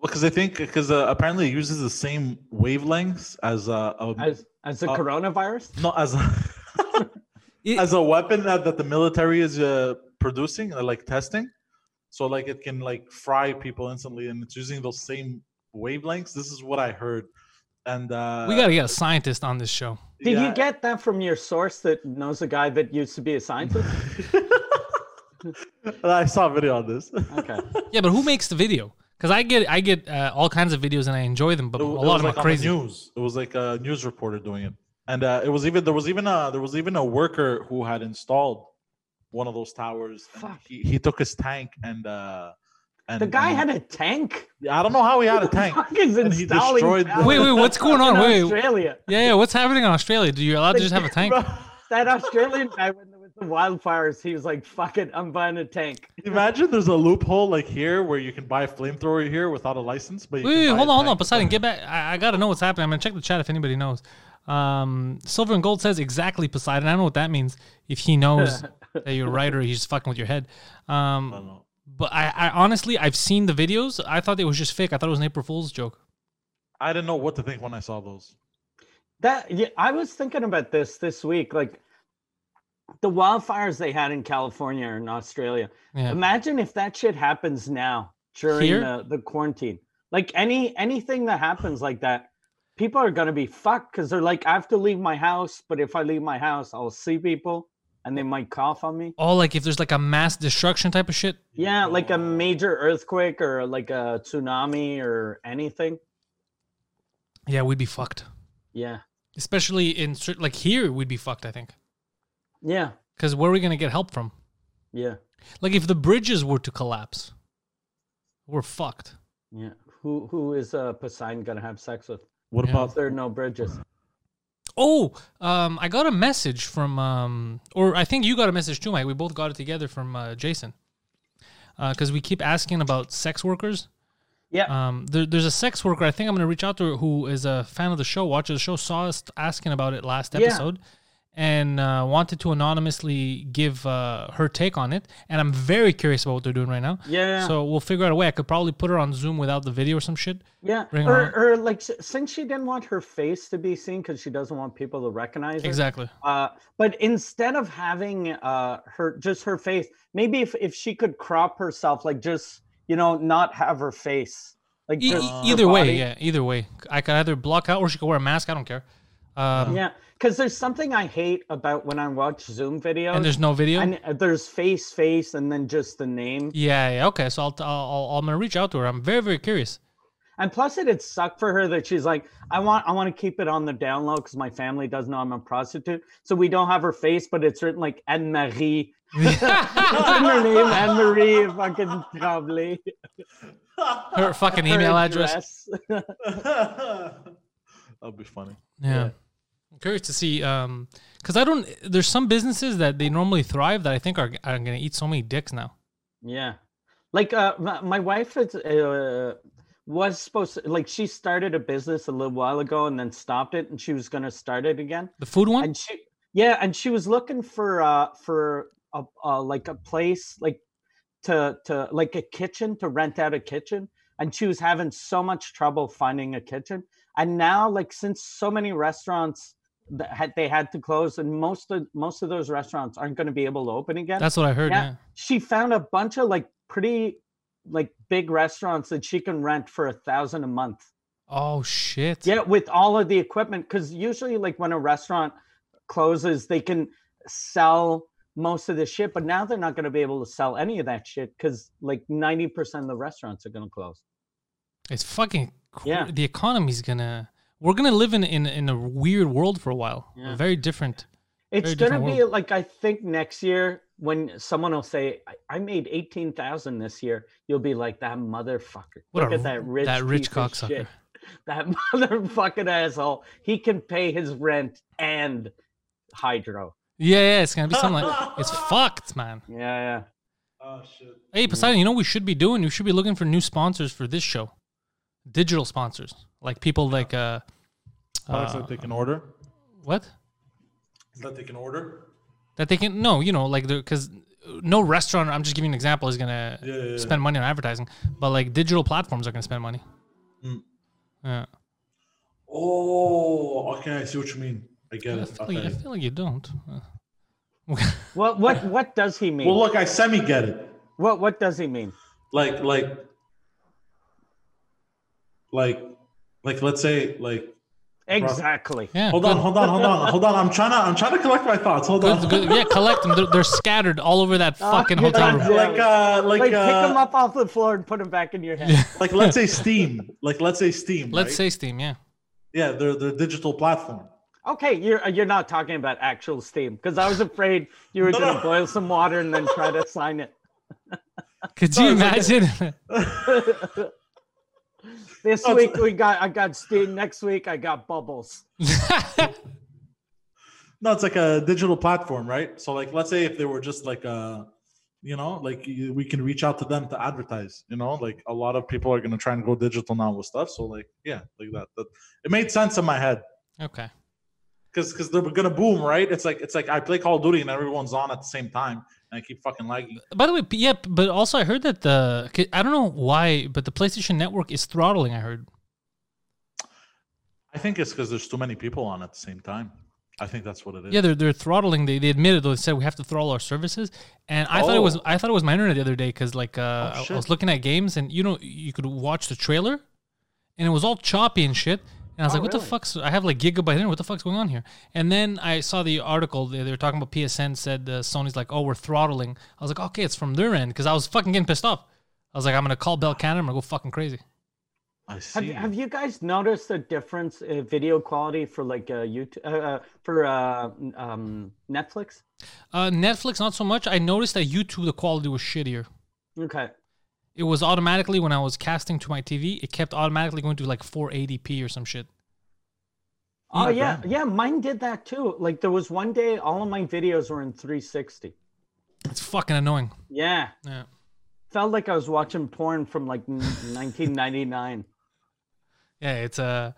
S3: Well, because I think because uh, apparently it uses the same wavelengths as uh, a
S2: as as the
S3: Uh,
S2: coronavirus.
S3: no as a,
S1: [laughs] It-
S3: as a weapon that, that the military is uh, producing uh, like testing so like it can like fry people instantly and it's using those same wavelengths this is what i heard and uh
S1: we gotta get a scientist on this
S3: [laughs]
S1: show.
S2: Did
S3: yeah,
S2: you get that from your source that knows a guy that used to be a scientist?
S3: [laughs] i saw a video on [laughs] this
S2: Okay.
S1: Yeah, but who makes the video? Because I get I get uh, all kinds of videos and I enjoy them, but
S3: It-
S1: a
S3: it
S1: lot
S3: was,
S1: of them
S3: like,
S1: are
S3: on the
S1: crazy.
S3: news. It was like a news reporter doing it, and uh, it was even there was even a there was even a worker who had installed one of those towers. and
S2: Fuck.
S3: He, he took his tank and uh, and
S2: The guy
S3: and-
S2: had a tank.
S3: I don't know how he had a
S2: The [laughs]
S3: tank.
S2: fuck is
S3: and he
S2: installing
S3: destroyed-
S2: towers
S1: Wait, wait,
S3: [laughs]
S1: what's going
S2: in
S1: on? Wait, wait.
S2: Australia.
S1: yeah, yeah. What's happening in Australia? Do you allowed to
S2: They
S1: just
S3: [laughs]
S1: have a tank?
S3: Bro,
S2: That Australian guy when there was the wildfires, he was like, "Fuck it, I'm buying a tank."
S3: imagine there's a loophole like here where you can buy a flamethrower here without a license, but you
S1: Wait,
S3: can
S1: wait,
S3: buy
S1: hold
S3: a
S1: on, hold on,
S3: tank.
S1: Poseidon, get back. I, I gotta know what's happening. I'm gonna check the chat if anybody knows. Um, Silver and Gold says exactly Poseidon. I don't know what that means. If he
S3: [laughs]
S1: knows that you're right or he's just fucking with your head.
S3: I don't
S1: Um,
S3: know.
S1: but I, I honestly, I've seen the videos. I thought it was just fake. I thought it was an April Fool's joke.
S3: I didn't know what to think when I saw those.
S2: That yeah, I was thinking about this this week. Like the wildfires they had in California and Australia.
S1: Yeah.
S3: Mm.
S2: Imagine if that shit happens now during
S1: Here?
S2: the, the quarantine. Like any anything that happens like that, people are gonna be fucked because they're like, I have to leave my house, but if I leave my house, I'll see people and they might cough on me.
S1: Oh, like if there's like a mass destruction type of shit.
S2: Yeah, like a
S3: Oh.
S2: major earthquake or like a tsunami or anything.
S1: Yeah, we'd be fucked.
S2: Yeah.
S1: Especially in cer- like here, we'd be fucked. I think
S2: Yeah.
S1: because where are we gonna get help from?
S2: Yeah.
S1: Like if the bridges were to collapse, we're fucked.
S2: Yeah. Who who is uh Poseidon gonna have sex with?
S3: What
S1: Yeah.
S3: [laughs] about
S2: There are no bridges.
S1: Oh, um, I got a message from, um, or I think you got a message too, Mike. We both got it together from uh, Jason, because we keep asking about sex workers.
S2: Yeah.
S1: Um, there, there's a sex worker. I think I'm gonna reach out to her who is a fan of the show, watches the show, saw us asking about it last
S2: Yeah.
S1: episode, and uh, wanted to anonymously give uh, her take on it. And I'm very curious about what they're doing right now.
S2: Yeah.
S1: So we'll figure out a way. I could probably put her on Zoom without the video or some shit.
S2: yeah.
S1: bring
S2: or
S1: on-
S2: or like s- since she didn't want her face to be seen because she doesn't want people to recognize her.
S1: Exactly.
S2: Uh, but instead of having uh her just her face, maybe if if she could crop herself, like just you know not have her face, like
S1: E-
S2: just
S1: e-
S2: her
S1: either way,
S2: body.
S1: yeah, either way. I could either block out or she could wear a mask. I don't care. Um,
S2: Yeah, because there's something I hate about when I watch Zoom videos.
S1: And there's no video.
S2: and uh, there's face, face, and then just the name.
S1: yeah, yeah. Okay, so I'll, t- I'll, I'll I'm gonna reach out to her. I'm very very curious.
S2: And plus, it'd suck for her that she's like, I want, I want to keep it on the down low because my family does know I'm a prostitute, so we don't have her face, but it's written like Anne
S1: [laughs]
S2: Marie. [laughs] It's in her name, Anne Marie, fucking probably. [laughs]
S1: Her fucking email address.
S3: That'd be funny.
S1: Yeah. I'm curious to see um cuz I don't there's some businesses that they normally thrive that I think are are going to eat so many dicks now.
S2: Yeah, like uh, my, my wife is uh, was supposed to like she started a business a little while ago and then stopped it, and she was gonna start it again.
S1: The food one?
S2: and she yeah and she was looking for uh for a, uh like a place like to to like a kitchen to rent out a kitchen and she was having so much trouble finding a kitchen and now like since so many restaurants that had they had to close and most of most of those restaurants aren't going to be able to open again
S1: That's what I heard. Yeah.
S2: yeah. she found a bunch of like pretty like big restaurants that she can rent for a thousand a month
S1: Oh shit.
S2: yeah, with all of the equipment, because usually, like when a restaurant closes, they can sell most of the shit, but now they're not going to be able to sell any of that shit because like ninety percent of the restaurants are going to close.
S1: It's fucking cr-
S2: Yeah.
S1: the economy's going to we're going to live in, in in a weird world for a while.
S2: Yeah.
S1: Very different. Very
S2: It's going to
S1: different
S2: be like I think next year when someone will say, "I, I made eighteen thousand this year," you'll be like, "That motherfucker!
S1: What
S2: Look
S1: a
S2: at
S1: r-
S2: that rich,
S1: that rich
S2: piece of
S1: cocksucker."
S2: shit. [laughs] That motherfucking asshole! He can pay his rent and hydro."
S1: Yeah, yeah, it's going to be something like
S3: [laughs]
S1: it's fucked, man.
S2: Yeah, yeah.
S3: Oh shit.
S1: Hey Poseidon, you know what we should be doing? We should be looking for new sponsors for this show, digital sponsors, like people like uh,
S3: Products
S1: uh,
S3: that they can order.
S1: what
S3: That they can order.
S1: that they can no, you know, like because no restaurant. I'm just giving you an example. Is gonna
S3: Yeah, yeah, yeah.
S1: spend money on advertising, but like digital platforms are gonna spend money.
S3: Mm.
S1: Yeah,
S3: Oh, okay. I see what you mean. I get
S1: I
S3: it.
S1: feel, like, I
S3: Okay.
S1: feel like you don't. Uh,
S2: What
S1: [laughs]
S2: what what does he mean?
S3: Well, look, I semi get it.
S2: what what does he mean?
S3: Like, like, like, like. Let's say, like.
S2: Exactly.
S1: Yeah,
S3: Hold on, hold on, hold on, hold on. I'm trying to, I'm trying to collect my thoughts. Hold on.
S1: good, good,
S3: [laughs]
S1: yeah, collect them. They're, they're scattered all over that fucking
S2: you're
S1: hotel
S2: not
S1: room.
S2: doing-
S3: Like, uh,
S2: Like
S3: like,
S2: pick him
S3: uh,
S2: up off the floor and put him back in your hand.
S3: like. Let's say Steam. Like, let's say Steam.
S1: [laughs] Let's
S3: right?
S1: say Steam.
S3: [laughs]
S1: Yeah,
S3: Yeah, they're they're digital platform.
S2: Okay, you're uh, you're not talking about actual steam because I was afraid you were
S3: [laughs] No,
S2: going to
S3: no.
S2: boil some water and then try to sign it.
S1: could
S3: No,
S1: you
S3: it's like
S1: imagine?
S3: [laughs]
S1: [laughs]
S2: [laughs] This
S3: No,
S2: week
S3: it's-
S2: we got I got steam. Next week I got bubbles.
S3: No, it's like a digital platform, right? So, like, let's say if they were just like a, you know, like you- we can reach out to them to advertise. You know, like a lot of people are gonna try and go digital now with stuff. So, like, yeah, like that. that it made sense in my head
S1: okay.
S3: because because they're gonna boom, right? It's like it's like I play Call of Duty and everyone's on at the same time, and I keep fucking lagging.
S1: By the way, p- yeah, p- but also I heard that the c- I don't know why, but the PlayStation Network is throttling. I heard.
S3: I think it's because there's too many people on at the same time. I think that's what it is.
S1: Yeah, they're, they're throttling. They, they admitted though. They said we have to throttle our services. And I thought it was
S3: Oh.
S1: I thought it was my internet the other day because like uh,
S3: Oh,
S1: I- I,
S3: shit.
S1: was looking at games and you know you could watch the trailer, and it was all choppy and shit. And I was
S2: Oh,
S1: like, what
S2: really?
S1: the fuck's I have like gigabyte internet. What the fuck's going on here? And then I saw the article they, they were talking about PSN said uh, Sony's like, oh, we're throttling. I was like, okay, it's from their end because I was fucking getting pissed off. I was like, I'm gonna call Bell Canada. I'm gonna go fucking crazy.
S3: I
S2: Have,
S3: see.
S2: have you guys noticed a difference in video quality for like uh, YouTube uh, uh, for uh, um, Netflix?
S1: Uh, Netflix not so much. I noticed that YouTube the quality was shittier.
S2: Okay,
S1: it was automatically when I was casting to my TV, it kept automatically going to like 480p or some shit.
S2: Oh
S3: Not
S2: yeah,
S3: bad.
S2: yeah, mine did that too. Like there was one day all of my videos were in 360.
S1: It's fucking annoying.
S2: Yeah,
S1: Yeah.
S2: felt like I was watching porn from like n- 1999.
S1: Yeah, it's uh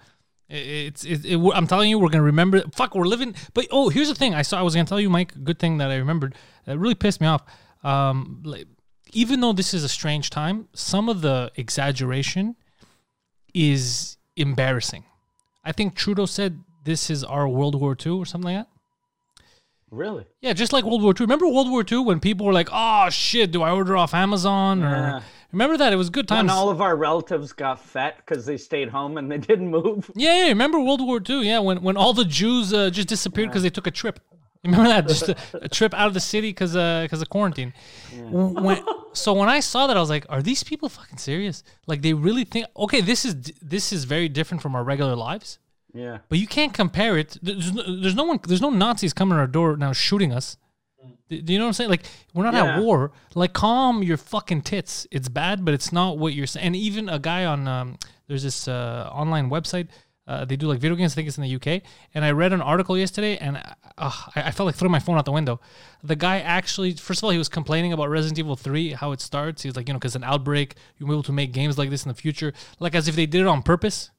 S1: i- it's it, it, we're- I'm telling you, we're gonna remember. Fuck, we're living. But oh, here's the thing. I saw. I was gonna tell you, Mike. Good thing that I remembered. That really pissed me off. Um, like, even though this is a strange time, some of the exaggeration is embarrassing. I think Trudeau said this is our World War II or something like that.
S2: Really?
S1: Yeah, just like World War II. Remember World War II when people were like, "Oh shit, do I order off Amazon?"
S2: Yeah.
S1: Or remember that it was good
S2: And
S1: times.
S2: all of our relatives got fat because they stayed home and they didn't move.
S1: yeah, yeah, remember World War II? Yeah, when when all the Jews uh, just disappeared because they took a trip. [laughs] Remember that just a, a trip out of the city because because of quarantine.
S2: [laughs]
S1: When- so when I saw that, I was like, "Are these people fucking serious? Like they really think? Okay, this is d- this is very different from our regular lives."
S2: Yeah.
S1: But you can't compare it. There's no, there's no one. There's no Nazis coming to our door now shooting us. Do do you know what I'm saying? Like we're not
S2: Mm. Yeah.
S1: at war. Like calm your fucking tits. It's bad, but it's not what you're saying. And even a guy on um, there's this uh, online website. Uh, they do like video games. I think it's in the UK. And I read an article yesterday, and uh, I, I felt like throwing my phone out the window. The guy actually, first of all, he was complaining about Resident Evil Three, how it starts. He's like, you know, because an outbreak, you're able to make games like this in the future, like as if they did it on purpose,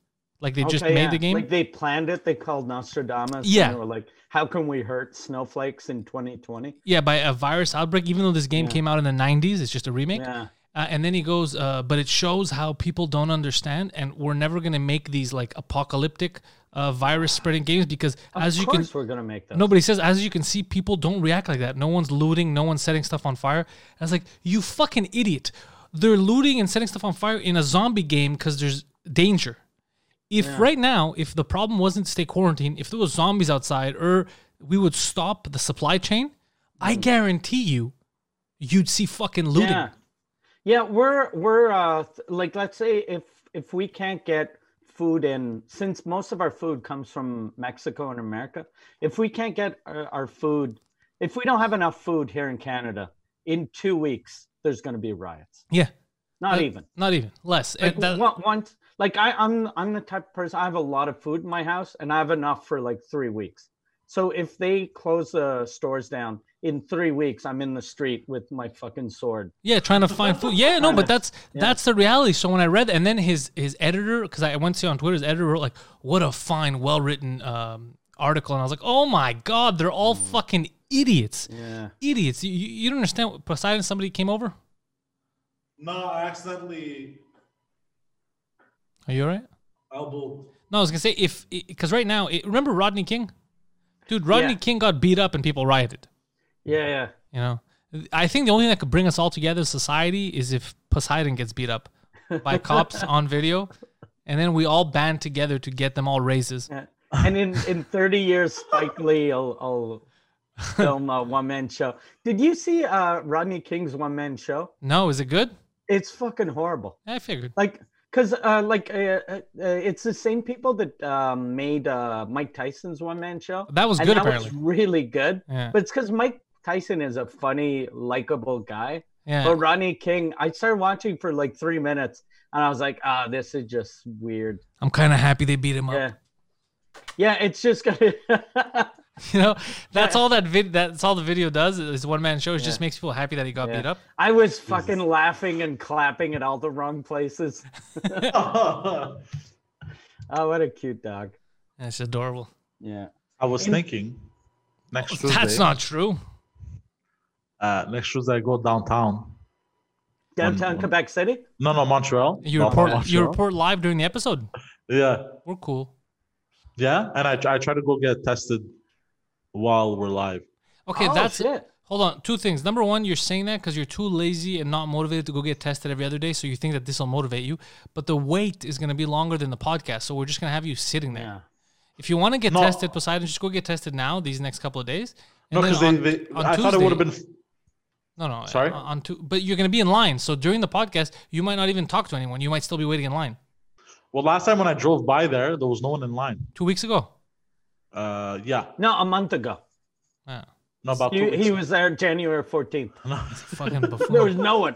S1: like they just
S2: Okay,
S1: made
S2: yeah.
S1: the game.
S2: Like they planned it. They called Nostradamus.
S1: Yeah.
S2: And they were like, how can we hurt snowflakes in 2020?
S1: Yeah, by a virus outbreak. Even though this game came out in the '90s, it's just a remake.
S2: Yeah.
S1: Uh, and then he goes, uh, but it shows how people don't understand, and we're never gonna make these like apocalyptic uh, virus spreading games because, as
S2: of
S1: you can,
S2: course we're going to make those.
S1: nobody says, as you can see, people don't react like that. No one's looting, no one's setting stuff on fire. I was like, you fucking idiot! They're looting and setting stuff on fire in a zombie game because there's danger. If right now, if the problem wasn't stay quarantined, if there was zombies outside, or we would stop the supply chain, I guarantee you, you'd see fucking looting.
S2: Mm. Yeah. Yeah, we're we're uh th- like let's say if if we can't get food in since most of our food comes from Mexico and America, if we can't get our, our food if we don't have enough food here in Canada in 2 weeks there's going to be riots.
S1: Yeah,
S2: Not
S1: Uh,
S2: even.
S1: not even less.
S2: Like
S1: And that-
S2: on- once like I I'm I'm the type of person I have a lot of food in my house and I have enough for like 3 weeks. So if they close the stores down in 3 weeks I'm in the street with my fucking sword.
S1: Yeah, trying to find food. Yeah, no, but that's that's the reality. So when I read, and then his his editor, because I went to on Twitter, his editor wrote like, "What a fine, well written um, article and I was like, oh my god, they're all fucking idiots,
S2: Yeah.
S1: idiots. You, you, you don't understand. what- Poseidon, somebody came over.
S3: No, I accidentally
S1: Are you alright?
S3: elbowed.
S1: No, I was gonna say if because right now, it, remember Rodney King, dude. Rodney
S2: Yeah.
S1: King got beat up and people rioted.
S2: Yeah. Yeah.
S1: You know, I think the only thing that could bring us all together as society is if Poseidon gets beat up
S2: [laughs]
S1: by cops on video, and then we all band together to get them all raises.
S2: Yeah. And in, in 30 years, Spike Lee will, will film a one man show. Did you see uh, Rodney King's one man show?
S1: No, is it good?
S2: It's fucking horrible.
S1: I figured.
S2: Like, cause uh, like uh, uh, uh, it's the same people that um, made uh, Mike Tyson's one man show.
S1: That was
S2: and
S1: good
S2: that
S1: apparently.
S2: was really good.
S1: yeah,
S2: But it's because Mike Tyson is a funny, likable guy.
S1: yeah.
S2: But Rodney King, I started watching for like three minutes, and I was like, ah, this is just weird.
S1: I'm kind of happy they beat him up.
S2: Yeah. Yeah, it's just gonna.
S1: [laughs]
S2: [laughs]
S1: You know, that's all that vid. That's all the video does is one man show. It just
S2: Yeah.
S1: makes people happy that he got
S2: Yeah.
S1: beat up.
S2: I was fucking laughing and clapping at all the wrong places.
S3: [laughs] I
S2: Oh, what a cute dog.
S1: Yeah, it's adorable.
S2: Yeah.
S3: was thinking next Tuesday.
S1: That's not true.
S3: uh, next Tuesday I go downtown.
S2: Downtown
S3: Wonderful.
S2: Quebec City?
S3: No, no, Montreal.
S1: You
S3: Downtown
S1: report. You
S3: Montreal.
S1: report live during the episode.
S3: Yeah,
S1: We're cool.
S3: yeah, and I I try to go get tested while we're live.
S1: Okay,
S2: oh,
S1: that's
S2: shit.
S1: Hold on, two things. Number one, you're saying that because you're too lazy and not motivated to go get tested every other day, so you think that this will motivate you. But the wait is going to be longer than the podcast, so we're just going to have you sitting there.
S2: Yeah.
S1: If you want to get
S3: No.
S1: tested, Poseidon, just go get tested now these next couple of days.
S3: No,
S1: then
S3: because they,
S1: on-
S3: they
S1: on
S3: I thought it would have
S1: Tuesday-
S3: been
S1: no, no.
S3: Sorry?
S1: on- on two, but you're going to be in line. So during the podcast, you might not even talk to anyone. You might still be waiting in line.
S3: well. Last time when I drove by there, there was no one in line.
S1: Two weeks ago,
S3: [laughs] Uh, yeah,
S2: No, a month ago.
S1: yeah,
S3: no, about two
S2: He,
S3: weeks.
S2: he was there January 14th.
S3: [laughs] No.
S1: fucking
S2: There was
S1: buffoon.
S2: no one.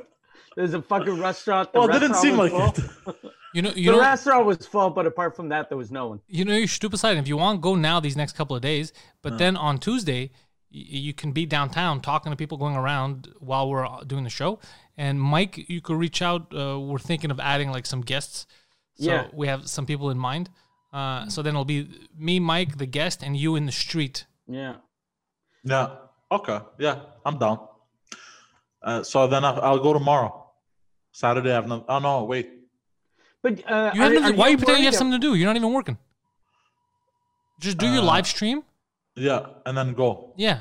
S2: There's a fucking restaurant. The
S3: Well, it didn't
S2: restaurant
S3: seem
S2: was
S3: like
S2: full.
S3: it.
S1: You know, you
S2: The
S1: know,
S2: restaurant was full, but apart from that, there was no one.
S1: you know, you should do Poseidon. If you want, go now these next couple of days. But then on Tuesday, y- you can be downtown talking to people going around while we're uh, doing the show. And Mike, you could reach out. Uh, we're thinking of adding like some guests. So
S2: Yeah.
S1: we have some people in mind. Uh, so then it'll be me, Mike, the guest, and you in the street.
S2: Yeah.
S3: Yeah. Okay. Yeah, I'm down. Uh, so then I'll, I'll go tomorrow. Saturday, I have no. Oh no, wait.
S2: But uh,
S1: You have
S2: are-
S1: nothing,
S2: are
S1: why are you pretending you have
S2: worried
S1: something to do? You're not even working. Just do your
S3: Uh,
S1: live stream.
S3: Yeah, and then go.
S1: Yeah.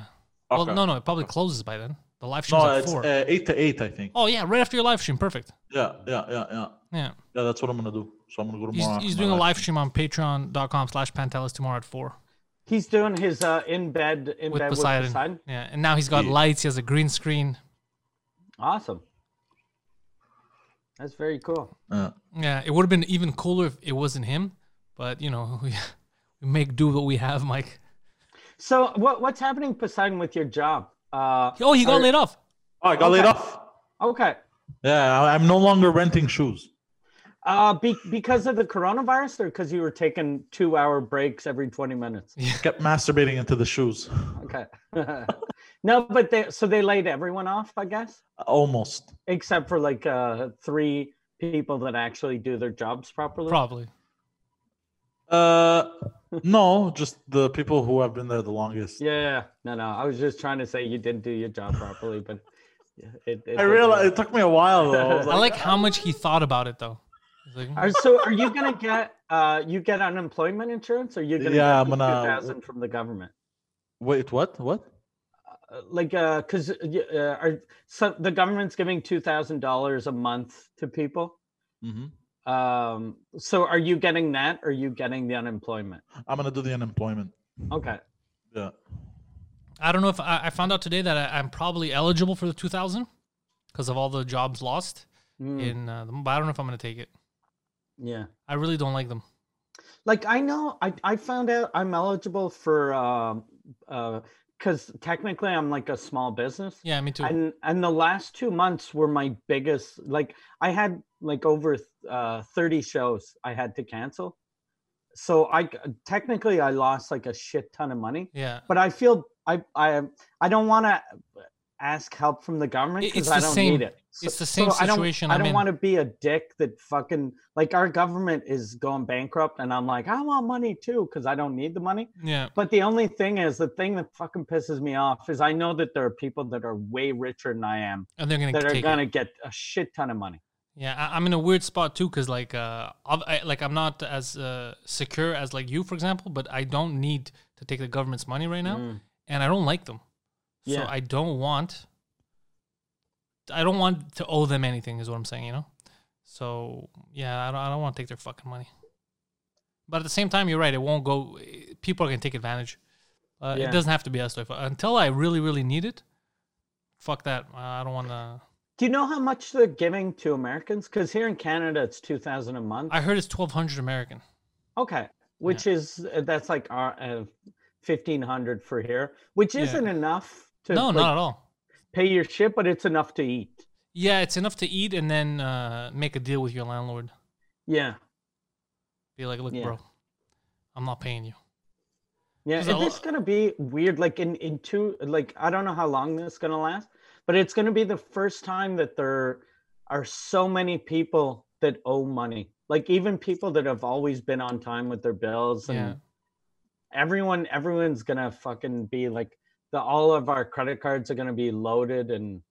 S1: Well,
S3: Okay.
S1: no, no, it probably closes by then. The live
S3: No,
S1: stream's at
S3: it's
S1: four.
S3: uh, eight to eight, I think.
S1: oh yeah, right after your live stream. Perfect.
S3: Yeah, yeah, yeah, yeah.
S1: Yeah.
S3: Yeah, that's what I'm gonna do. So I'm gonna go
S1: He's,
S3: tomorrow.
S1: he's
S3: after
S1: doing
S3: my
S1: a live stream on patreon.com slash pantelis tomorrow at 4
S2: He's doing his uh, in bed in
S1: with
S2: bed
S1: Poseidon.
S2: with Poseidon.
S1: Yeah, and now he's got
S3: Yeah.
S1: lights. He has a green screen.
S2: Awesome. That's very cool.
S3: Yeah.
S1: Yeah, it would have been even cooler if it wasn't him, but you know, [laughs] we, we make do what we have, Mike.
S2: So what what's happening, Poseidon, with your job? Uh,
S1: Oh, he got
S2: Are-
S1: laid off.
S3: Oh, I got laid
S2: Okay.
S3: off.
S2: okay.
S3: Yeah, I- I'm no longer renting shoes.
S2: Uh, be, because of the coronavirus, or because you were taking two hour breaks every twenty minutes?
S3: Kept masturbating into the shoes.
S2: Okay. [laughs] no, but they so they laid everyone off, I guess,
S3: Almost.
S2: except for like uh, three people that actually do their jobs properly.
S1: Probably.
S3: Uh, no, just the people who have been there the longest.
S2: Yeah, yeah. No, no. I was just trying to say you didn't do your job properly, but it, it
S3: I realized it took me a while though. I
S1: [laughs]
S3: was
S1: I like
S2: uh,
S1: how much he thought about it, though. He's like,
S2: Are, so are you gonna get uh you get unemployment insurance or you're gonna
S3: Yeah, I'm
S2: get
S3: gonna-
S2: two thousand from the government?
S3: wait, what? What?
S2: Uh, Like uh, cause uh, y- uh, are so the government's giving two thousand dollars a month to people.
S3: hmm
S2: Um, so are you getting that or are you getting the unemployment?
S3: I'm gonna do the unemployment.
S2: Okay.
S3: Yeah.
S1: I don't know if I, I found out today that I, I'm probably eligible for the 2000 because of all the jobs lost.
S2: Mm,
S1: In uh, the- but I don't know if I'm going to take it.
S2: yeah.
S1: I really don't like them.
S2: Like I know I I found out I'm eligible for um uh because technically I'm like a small business.
S1: Yeah, me too.
S2: and and the last two months were my biggest like i had like over uh 30 shows i had to cancel so i technically i lost like a shit ton of money
S1: yeah.
S2: but i feel i i i don't want to ask help from the government
S1: It- it's
S2: because I
S1: the
S2: don't
S1: same-
S2: need it. So-
S1: it's the same
S2: so I don't-
S1: situation
S2: I
S1: I'm
S2: don't,
S1: in.
S2: want to be a dick that fucking like our government is going bankrupt, and I'm like, I want money too because I don't need the money.
S1: Yeah.
S2: But the only thing is, the thing that fucking pisses me off is I know that there are people that are way richer than I am
S1: And they're gonna
S2: that are
S1: take it.
S2: gonna get a shit ton of money.
S1: Yeah, I, I'm in a weird spot too, cause like, uh, ob- I, like I'm not as uh, secure as like you, for example. But I don't need to take the government's money right now, and I don't like them.
S2: Mm. Yeah.
S1: So I don't want. I don't want to owe them anything. Is what I'm saying, you know. So yeah, I don't, I don't want to take their fucking money. But at the same time, you're right. It won't go. People are gonna take advantage. Uh,
S2: Yeah.
S1: It doesn't have to be us. though. If- Until I really, really need it, fuck that. Uh, I don't want to.
S2: Do you know how much they're giving to Americans? Because here in Canada, it's two thousand a month.
S1: I heard it's 1,200 American.
S2: Okay, which is uh, that's like our uh, fifteen hundred for here, which
S1: Yeah.
S2: isn't enough [laughs] to
S1: No,
S2: like,
S1: not at all.
S2: pay your shit, but it's enough to eat.
S1: Yeah, it's enough to eat and then uh, make a deal with your landlord.
S2: Yeah,
S1: Be like, look,
S2: Yeah.
S1: bro, I'm not paying you.
S2: yeah.
S1: There's
S2: It's
S1: a lo-
S2: gonna be weird. Like in in two, like I don't know how long this is gonna last, but it's gonna be the first time that there are so many people that owe money. Like even people that have always been on time with their bills and.
S1: Yeah.
S2: everyone everyone's gonna fucking be like the all of our credit cards are gonna be loaded and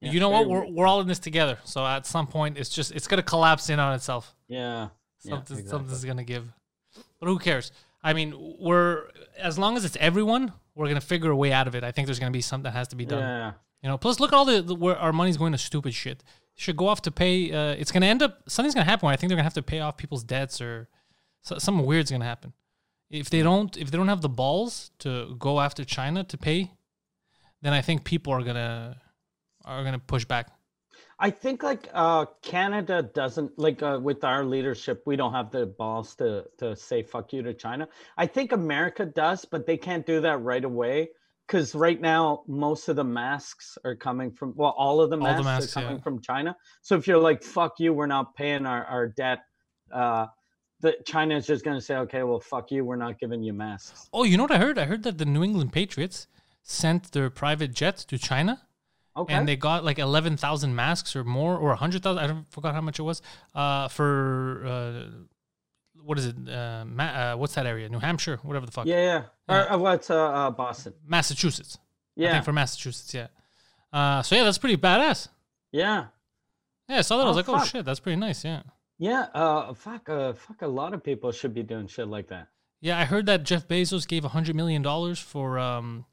S2: Yeah,
S1: you know
S2: very
S1: what? We're,
S2: weird.
S1: we're all in this together. So at some point, it's just, it's going to collapse in on itself.
S2: yeah Yeah,
S1: Something,
S2: exactly.
S1: Something's going to give. But who cares? I mean, we're, as long as it's everyone, we're going to figure a way out of it. I think there's going to be something that has to be done.
S2: yeah
S1: You know, plus look at all the, the where our money's going to stupid shit. Should go off to pay. Uh, it's gonna end up something's gonna happen. Where I think they're gonna have to pay off people's debts or so, something weird's gonna happen. If they don't, if they don't have the balls to go after China to pay, then I think people are gonna are gonna push back.
S2: i think like uh canada doesn't like uh, with our leadership we don't have the balls to to say fuck you to china i think america does but they can't do that right away because right now most of the masks are coming from well all of the masks,
S1: the masks,
S2: are
S1: yeah.
S2: coming from china so if you're like fuck you we're not paying our, our debt uh the china is just going to say okay well fuck you we're not giving you masks
S1: Oh, you know what I heard? I heard that the New England Patriots sent their private jets to China
S2: Okay.
S1: and they got like 11,000 masks or more or 100,000 I don't forgot how much it was uh for uh what is it uh, Ma- uh what's that area New Hampshire whatever the fuck
S2: yeah, yeah. Or, uh, well, it's uh, uh, Boston.
S1: Massachusetts I
S2: Yeah.
S1: think for Massachusetts yeah uh so yeah that's pretty badass
S2: yeah.
S1: yeah I saw that I
S2: Oh,
S1: was like oh
S2: fuck.
S1: shit that's pretty nice yeah
S2: Yeah. Uh, fuck, uh, fuck, a lot of people should be doing shit like that.
S1: yeah I heard that Jeff Bezos gave 100 million dollars for um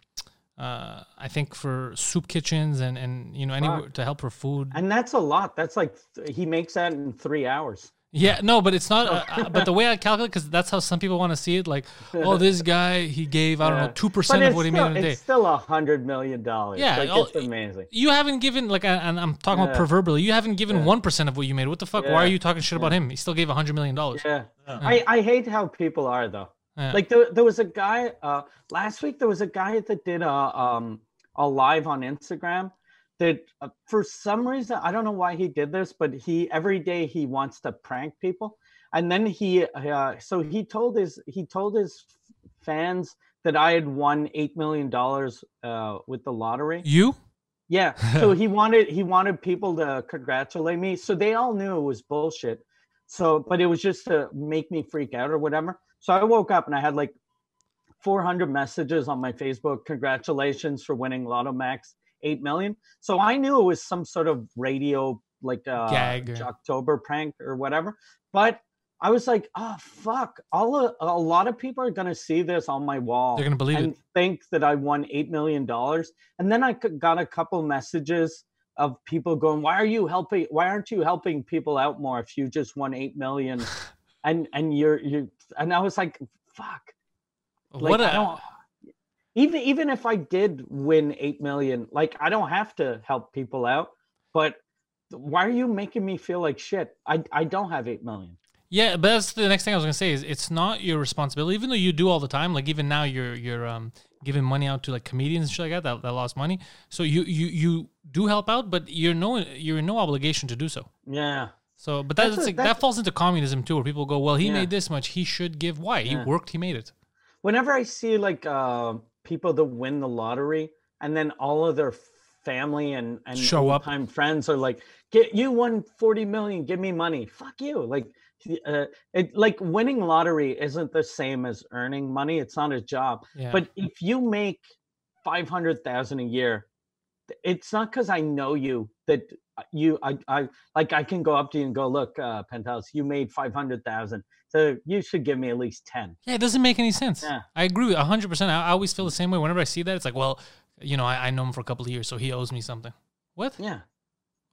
S1: uh I think for soup kitchens and and you know anywhere to help for food
S2: And that's a lot. That's like, th- he makes that in three hours. [laughs]
S1: Yeah, no, but it's
S2: Oh.
S1: not. Uh, uh, but the way I calculate, because that's how some people want to see it. Like, oh, this guy he gave I don't know
S2: Yeah.
S1: two
S2: But
S1: percent of
S2: it's,
S1: what he made
S2: still,
S1: in a day.
S2: it's still a hundred million dollars.
S1: Yeah, oh,
S2: Like,
S1: all-
S2: it's amazing.
S1: You haven't given like, uh, and I'm talking about
S2: Yeah.
S1: proverbially. You haven't given one of what you made. What the fuck? Why are
S2: Yeah.
S1: you talking shit about him? He still gave a hundred million dollars.
S2: Yeah.
S3: Yeah.
S2: I, I hate how people are, though.
S1: Yeah.
S2: Like, there, there was a guy, uh, last week, there was a guy that did a, um, a live on Instagram that uh, for some reason, I don't know why he did this, but he, every day he wants to prank people. and then he uh, so he told his he told his fans that I had won eight million dollars uh, with the lottery.
S1: You?
S2: Yeah, so
S1: [laughs]
S2: he wanted he wanted people to congratulate me. So they all knew it was bullshit. So, but it was just to make me freak out or whatever. So I woke up and I had like 400 messages on my Facebook. Congratulations for winning Lotto Max eight million. So I knew it was some sort of radio like uh,
S1: Gag or-
S2: October prank or whatever. But I was like, oh fuck! All of, a lot of people are gonna see this on my wall
S1: They're gonna believe
S2: and
S1: it.
S2: think that I won eight million dollars. And then I c- got a couple messages of people going, "Why are you helping? Why aren't you helping people out more if you just won eight
S1: [sighs]
S2: million? and and you're you and I was like, "Fuck!" Like,
S1: what?
S2: I
S1: A,
S2: don't. Even even if I did win eight million, like I don't have to help people out, but. Why are you making me feel like shit? I, I don't have eight million.
S1: yeah, but that's the next thing I was gonna say is it's not your responsibility, even though you do all the time. Like even now, you're you're um giving money out to like comedians and shit like that that, that lost money. So you you you do help out, but you're no you're in no obligation to do so.
S2: Yeah.
S1: So, but that's,
S2: That's what-
S1: like, that
S2: that's-
S1: falls into communism too, where people go, "Well, he
S2: Yeah.
S1: made this much, he should give." Why? He
S2: Yeah.
S1: worked, he made it.
S2: whenever I see like uh, people that win the lottery and then all of their family and and
S1: Show up.
S2: time friends are like, "Get you won forty million, give me money." Fuck you! Like, uh, it like winning lottery isn't the same as earning money. It's not a job.
S1: Yeah.
S2: But if you make five hundred thousand a year, th- it's not because I know you that uh, you I I like I can go up to you and go, look, uh, Penthouse, you made five hundred thousand, so you should give me at least ten.
S1: yeah, it doesn't make any sense.
S2: Yeah.
S1: I agree with 100%. I, I always feel the same way whenever I see that. It's like, well, you know, I, I know him for a couple of years, so he owes me something. What?
S2: Yeah,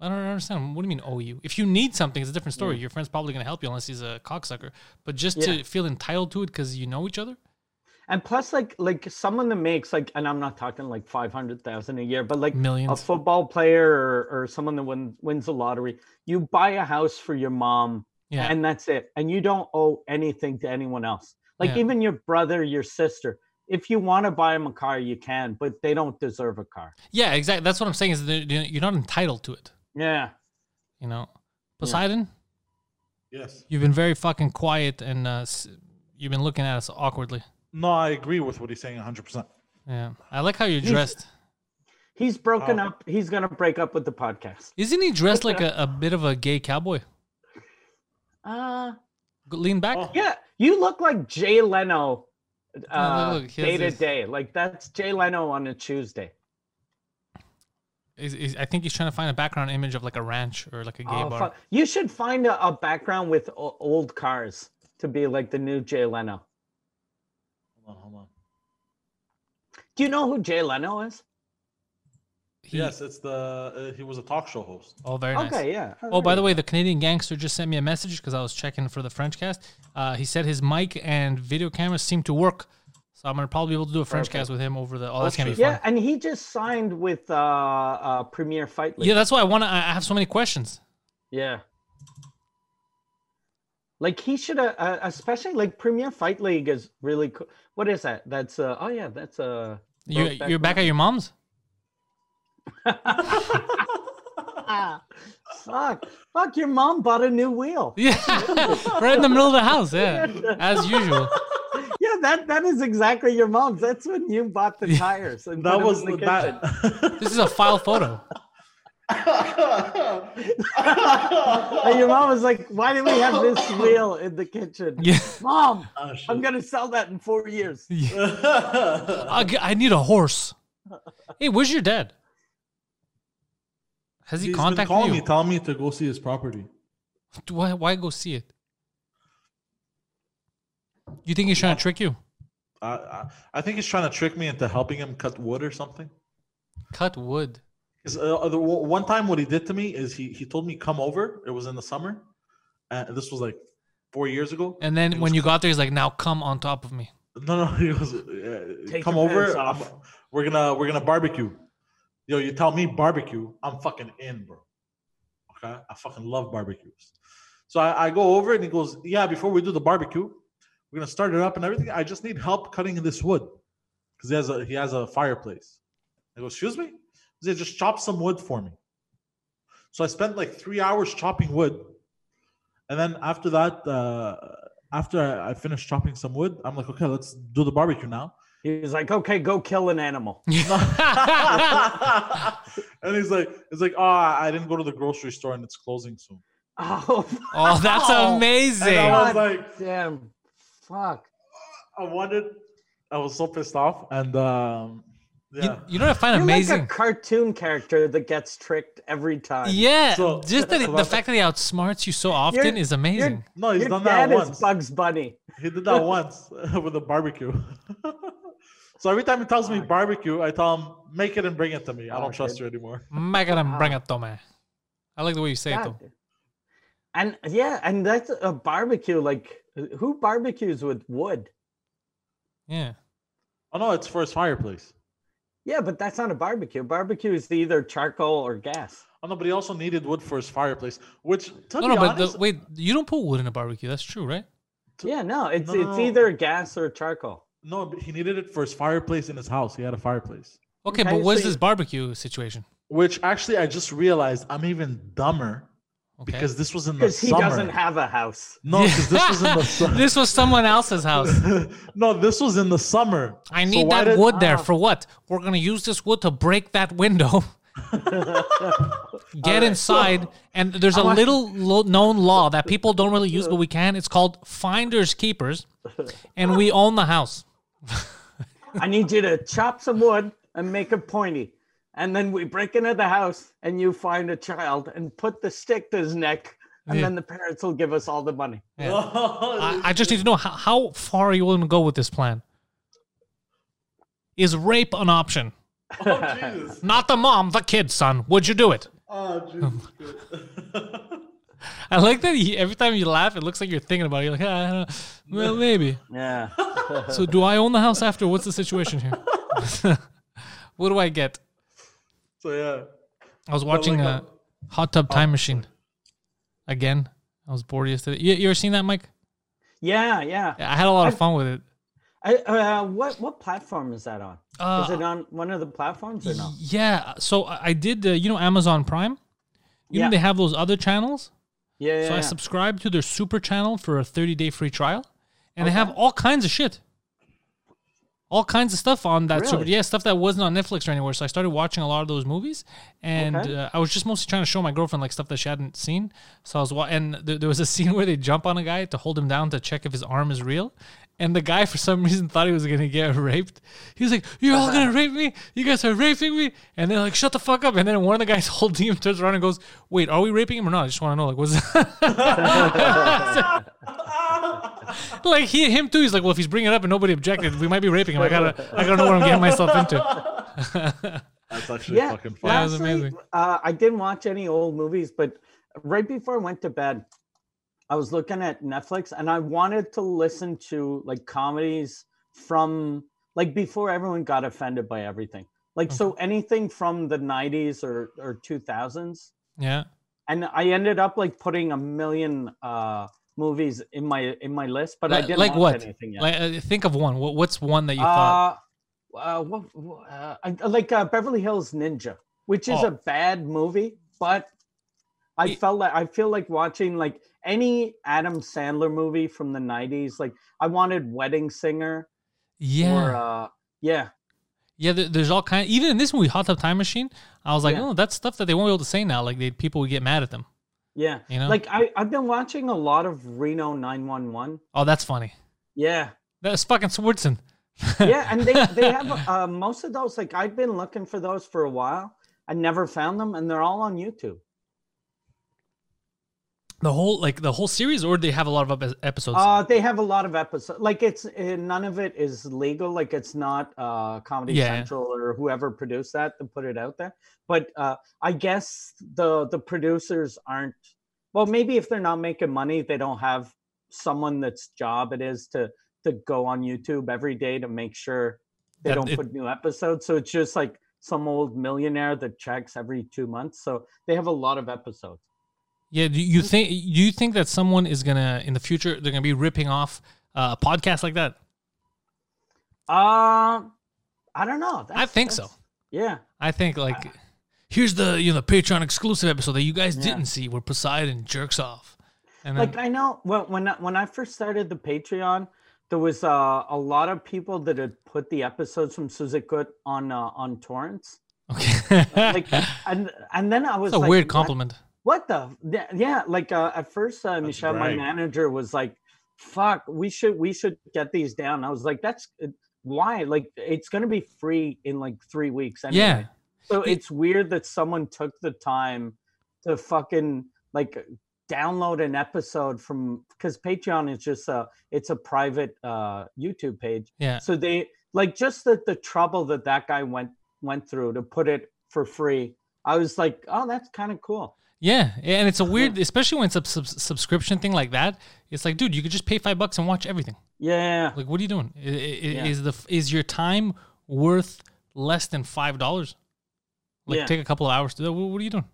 S1: I don't understand. What do you mean owe you? If you need something, it's a different story. Your friend's probably gonna help you unless he's a cocksucker. But just to
S2: Yeah.
S1: feel entitled to it because you know each other.
S2: and plus, like like someone that makes like, and I'm not talking like five hundred thousand a year, but like a
S1: Millions.
S2: football player or, or someone that win, wins the lottery, you buy a house for your mom
S1: Yeah.
S2: and that's it. And you don't owe anything to anyone else. Like
S1: Yeah.
S2: even your brother, your sister, if you want to buy them a car, you can, but they don't deserve a car.
S1: yeah, exactly. That's what I'm saying is that you- you're not entitled to it.
S2: Yeah.
S1: You know, Poseidon,
S3: Yes.
S1: you've been very fucking quiet and uh, s- you've been looking at us awkwardly.
S3: No, I agree with what he's saying 100%.
S1: Yeah, I like how you're dressed.
S2: He's broken
S3: Wow.
S2: up. He's going to break up with the podcast.
S1: Isn't he dressed like a, a bit of a gay cowboy?
S2: Uh,
S1: Go- Lean back.
S3: Oh.
S2: yeah. You look like Jay Leno
S1: No,
S2: uh,
S1: look, he has
S2: day to
S1: this-
S2: day. Like that's Jay Leno on a Tuesday.
S1: Is, is, I think he's trying to find a background image of like a ranch or like a gay
S2: Oh,
S1: bar.
S2: fuck. You should find a, a background with o- old cars to be like the new Jay Leno.
S3: Hold on, hold on.
S2: Do you know who Jay Leno is?
S1: He-
S3: yes, it's the uh, he was a talk show host.
S1: Oh, very nice.
S2: Okay, yeah.
S1: Oh, by the way, the Canadian gangster just sent me a message because I was checking for the French cast. Uh, he said his mic and video camera seem to work, so I'm gonna probably be able to do a French cast with him over the. Oh, that's gonna be
S3: shit.
S1: fun.
S2: Yeah,
S1: Yeah,
S2: and he just signed with uh, uh Premier Fight League.
S1: that's why I want to. I I have so many questions.
S2: Yeah. Like he should, uh, uh, especially like Premier Fight League is really cool. What is that? That's uh oh yeah, that's uh
S1: You,
S2: Brokeback
S1: you're back at your mom's.
S2: ah, fuck, fuck. Your mom bought a new wheel.
S1: Yeah, [laughs] right in the middle of the house. Yeah, as usual.
S2: Yeah, that that is exactly your mom's. That's when you bought
S1: [laughs]
S2: the tires. And put
S3: That
S2: 'em
S3: was
S2: in the kitchen.
S3: [laughs] that.
S1: This is a file photo. [laughs]
S2: And your mom was like, "Why do we have
S3: [laughs]
S2: this wheel in the kitchen?"
S1: Yeah.
S2: Mom,
S3: Oh, shit.
S2: I'm
S3: [laughs]
S2: gonna sell that in four years.
S1: I, g- I need a horse. Hey, where's your dad? Has he
S3: He's been
S1: contacted
S3: calling
S1: you?
S3: me, telling me to go see his property.
S1: Do- Why, why go see it? You think he's trying to trick you?
S3: I, I, I think he's trying to trick me into helping him cut wood or something.
S1: Cut wood.
S3: 'Cause, uh, the o- one time, what he did to me is he he told me come over. It was in the summer, and this was like four years ago.
S1: And then when you got there, he's like, "Now come on top of me." [laughs]
S3: No, [laughs] no, he goes, uh,
S2: Take
S3: come
S2: your
S3: over.
S2: pants
S3: I'm-
S2: off."
S3: we're gonna we're gonna barbecue. Yo, you tell me barbecue, I'm fucking in, bro. Okay, I fucking love barbecues. So I, I go over and he goes, yeah. Before we do the barbecue, we're gonna start it up and everything. I just need help cutting this wood because he has a he has a fireplace. I go, excuse me. He said, just chop some wood for me. So I spent like three hours chopping wood, and then after that. Uh, after I, I finished chopping some wood, I'm like, okay, let's do the barbecue
S1: [laughs]
S3: now. [laughs]
S2: He was like, "Okay, go kill an animal." [laughs]
S3: and he's like, it's like, oh, I didn't go to the grocery store and it's closing soon.
S2: Oh,
S1: oh, that's
S2: Wow.
S1: amazing.
S3: And I was
S2: God
S3: like,
S2: damn! Fuck.
S3: I wanted, I was so pissed off, and um,
S1: You-
S3: yeah,
S1: you, know what I find
S2: You're
S1: amazing?
S2: like a cartoon character that gets tricked every time.
S1: yeah,
S3: So-
S1: just that it- the
S3: so that's-
S1: fact that he outsmarts you so often
S2: You're-
S1: is amazing.
S3: no, he's
S2: Your
S3: done that
S2: dad
S3: once.
S2: is Bugs Bunny.
S3: He did [laughs] that once with a barbecue. [laughs] so every time he tells me barbecue, I tell him make it and bring it to me. I don't
S2: Okay.
S3: trust you anymore.
S1: Make it and bring it to me. I like the way you say it though.
S2: God. And yeah, and that's a barbecue. Like, who barbecues with wood?
S1: Yeah,
S3: Oh no, it's for his fireplace.
S2: Yeah, but that's not a barbecue. Barbecue is either charcoal or gas.
S3: Oh no, but he also needed wood for his fireplace, which
S1: no,
S3: to be
S1: no, but
S3: honest,
S1: the, wait, you don't put wood in a barbecue. That's true, right?
S2: Yeah, no, it's
S3: No, no,
S2: it's
S3: no.
S2: either gas or charcoal.
S3: No, but he needed it for his fireplace in his house. He had a fireplace.
S1: Okay,
S2: Okay,
S1: but what's
S2: so you-
S1: this barbecue situation?
S3: Which actually I just realized I'm even dumber
S1: Okay.
S3: because this was in the
S2: because he
S3: summer.
S2: doesn't have a house.
S3: no, because this
S1: [laughs]
S3: was in the summer.
S1: This was someone else's house.
S3: no, this was in the summer.
S1: I
S3: So
S1: need that
S3: why did- [laughs] Ah.
S1: wood there for what? We're gonna use this wood to break that window. [laughs] Get inside, and there's a little lo- known law that people don't really use, but we can. It's called finders keepers, and we own the house.
S2: I need you to chop some wood and make it pointy. And then we break into the house and you find a child and put the stick to his neck. And
S1: Yeah.
S2: then the parents will give us all the
S1: [laughs]
S2: money.
S3: Oh,
S1: I, I just need to know how, how far are you willing to go with this plan. Is rape an option?
S3: oh, Jesus.
S1: Not the mom, the kid, son. Would you do it?
S3: Oh, Jesus.
S1: I like that he, every time you laugh, it looks like you're thinking about it. You're like, ah, I don't know. well, maybe.
S2: Yeah.
S1: So do I own the house after? What's the situation here? [laughs] what do I get?
S3: so, yeah.
S1: I was watching
S3: like
S1: a hot tub time machine again. I was bored yesterday. You, you ever seen that, Mike?
S2: Yeah. Yeah.
S1: I had a lot of fun with it.
S2: I, uh, what, what platform is that on?
S1: Uh,
S2: is it on one of the platforms or no?
S1: Yeah. So I I did. Uh, you know Amazon Prime. You know
S2: Yeah.
S1: they have those other channels.
S2: Yeah. yeah,
S1: So I
S2: yeah.
S1: subscribed to their super channel for a 30 day free trial, and they have all kinds of shit. All kinds of stuff on that super.
S2: Really?
S1: Yeah, stuff that wasn't on Netflix or anywhere. So I started watching a lot of those movies, and
S2: Okay.
S1: uh, I was just mostly trying to show my girlfriend like stuff that she hadn't seen. So I was wa- and th- there was a [laughs] scene where they jump on a guy to hold him down to check if his arm is real. And the guy, for some [laughs] reason, thought he was gonna get raped. He was like, "You're all gonna rape me! You guys are raping me!" And they're like, "Shut the fuck up!" And then one of the guys [laughs] holding him turns around and goes, "Wait, are we raping him or not? I just want to know, like, [laughs] what's like he him too. He's like, well, if he's bringing it up and nobody objected, we might be raping him. I gotta I gotta know what I'm getting myself into. [laughs]
S3: That's actually
S2: yeah.
S3: fucking fun.
S1: That was
S2: Last
S1: amazing.
S2: night, uh, I didn't watch any old movies, but right before I went to bed, I was looking at Netflix and I wanted to listen to like comedies from like before everyone got offended by everything. Like
S1: Uh-huh.
S2: so anything from the 90s or or 2000s
S1: Yeah.
S2: and I ended up like putting a million uh movies in my in my list, but I
S1: Li-
S2: didn't
S1: like
S2: watch
S1: what?
S2: anything yet.
S1: Like uh, think of one. What, what's one that you thought?
S2: Uh, uh, what, wh- uh, I- like uh, Beverly Hills Ninja, which is
S1: Oh.
S2: a bad movie, but I
S1: It-
S2: felt like I feel like watching like any Adam Sandler movie from the '90s. Like I wanted Wedding Singer
S1: Yeah.
S2: or uh, yeah,
S1: Yeah, there, there's all kind. Even in this movie, Hot Tub Time Machine, I was like,
S2: Yeah.
S1: oh, that's stuff that they won't be able to say now. Like, they, people would get mad at them.
S2: yeah.
S1: You know?
S2: Like I I've been watching a lot of Reno 911.
S1: oh, that's funny. [laughs]
S2: Yeah,
S1: That's fucking Swartzen. [laughs]
S2: yeah, and they they have uh, most of those. Like I've been looking for those for a while. I never found them, and they're all on YouTube.
S1: the whole like the whole series, or they have a lot of ep- episodes.
S2: Uh, they have a lot of episodes. Like it's uh, none of it is legal. Like it's not uh, Comedy
S1: Yeah.
S2: Central or whoever produced that to put it out there. But uh, I guess the the producers aren't. Well, maybe if they're not making money, they don't have someone that's job it is to to go on YouTube every day to make sure they
S1: That
S2: don't
S1: it-
S2: put new episodes. So it's just like some old millionaire that checks every two months. So they have a lot of episodes.
S1: Yeah, do you think do you think that someone is gonna in the future they're gonna be ripping off uh, a podcast like that?
S2: Uh, I don't know.
S1: I think so.
S2: that's- Yeah.
S1: I think like here's the you know the Patreon exclusive episode that you guys didn't see where Poseidon jerks off, and then
S2: like I know when when I, when I first started the Patreon, there was uh, a lot of people that had put the episodes from Suzukut on uh, on torrents.
S1: [laughs] okay,
S2: Like and and then I was
S1: it's a
S2: like,
S1: weird
S2: "What-
S1: compliment.
S2: What, the yeah, yeah, like uh, at first uh, Michelle, my
S3: brag.
S2: manager, was like, "Fuck, we should we should get these down." I was like, "That's uh, why like it's gonna be free in like three weeks." Anyway.
S1: Yeah,
S2: So
S1: It-
S2: it's weird that someone took the time to fucking like download an episode from because Patreon is just a it's a private uh, YouTube page.
S1: yeah,
S2: So they like just the the trouble that that guy went went through to put it for free. I was like, oh, that's kind of cool.
S1: yeah, and
S2: Uh-huh.
S1: it's a weird, especially when it's a sub- subscription thing like that. It's like, dude, you could just pay five bucks and watch everything.
S2: Yeah,
S1: Like, what are you doing? I- I- i-
S2: Yeah.
S1: Is the is your time worth less than five dollars? Like,
S2: Yeah.
S1: take a couple of hours to. What what are you doing?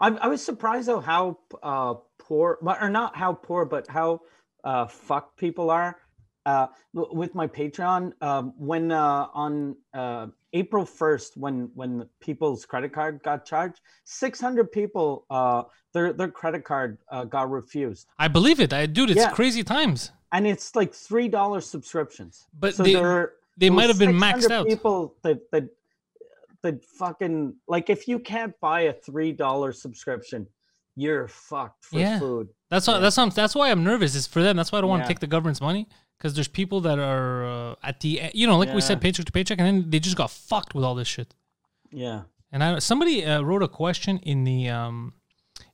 S2: I, I was surprised though how uh, poor, well, or not how poor, but how uh, fucked people are. Uh, w- with my Patreon, um, when uh, on uh, April 1st when when people's credit card got charged, 600 people uh their their credit card uh, got refused.
S1: I believe it. I dude, it's
S2: Yeah.
S1: crazy times.
S2: And it's like $3 subscriptions.
S1: But
S2: So
S1: they
S2: there are
S1: they
S2: there
S1: might
S2: were
S1: have been maxed
S2: 600
S1: out.
S2: People that that that fucking like if you can't buy a three dollar subscription, you're fucked for
S1: Yeah.
S2: food.
S1: That's why.
S2: Yeah.
S1: That's why. I'm, that's why I'm nervous. Is for them. That's why I don't want to
S2: Yeah.
S1: take the government's money because there's people that are uh, at the e- you know like we said
S2: Yeah.
S1: paycheck to paycheck, and then they just got fucked with all this shit.
S2: Yeah.
S1: And I somebody uh, wrote a question in the um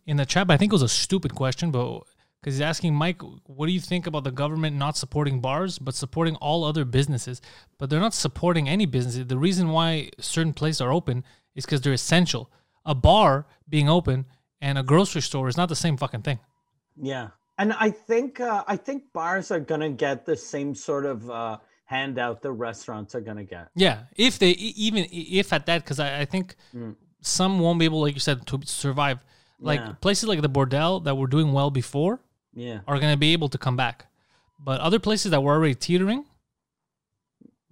S1: in the chat. But I think it was a stupid question, but because he's asking Mike, what do you think about the government not supporting bars but supporting all other businesses? But they're not supporting any businesses. The reason why certain places are open is because they're essential. A bar being open and a grocery store is not the same fucking thing.
S2: Yeah, and I think uh, I think bars are gonna get the same sort of uh, handout the restaurants are gonna get.
S1: Yeah, if they e- even i- if at that, because I, I think some won't be able, like you said, to survive. Like
S2: Mm. Yeah.
S1: places like the Bordel that were doing well before
S2: Yeah,
S1: are going to be able to come back, but other places that were already teetering,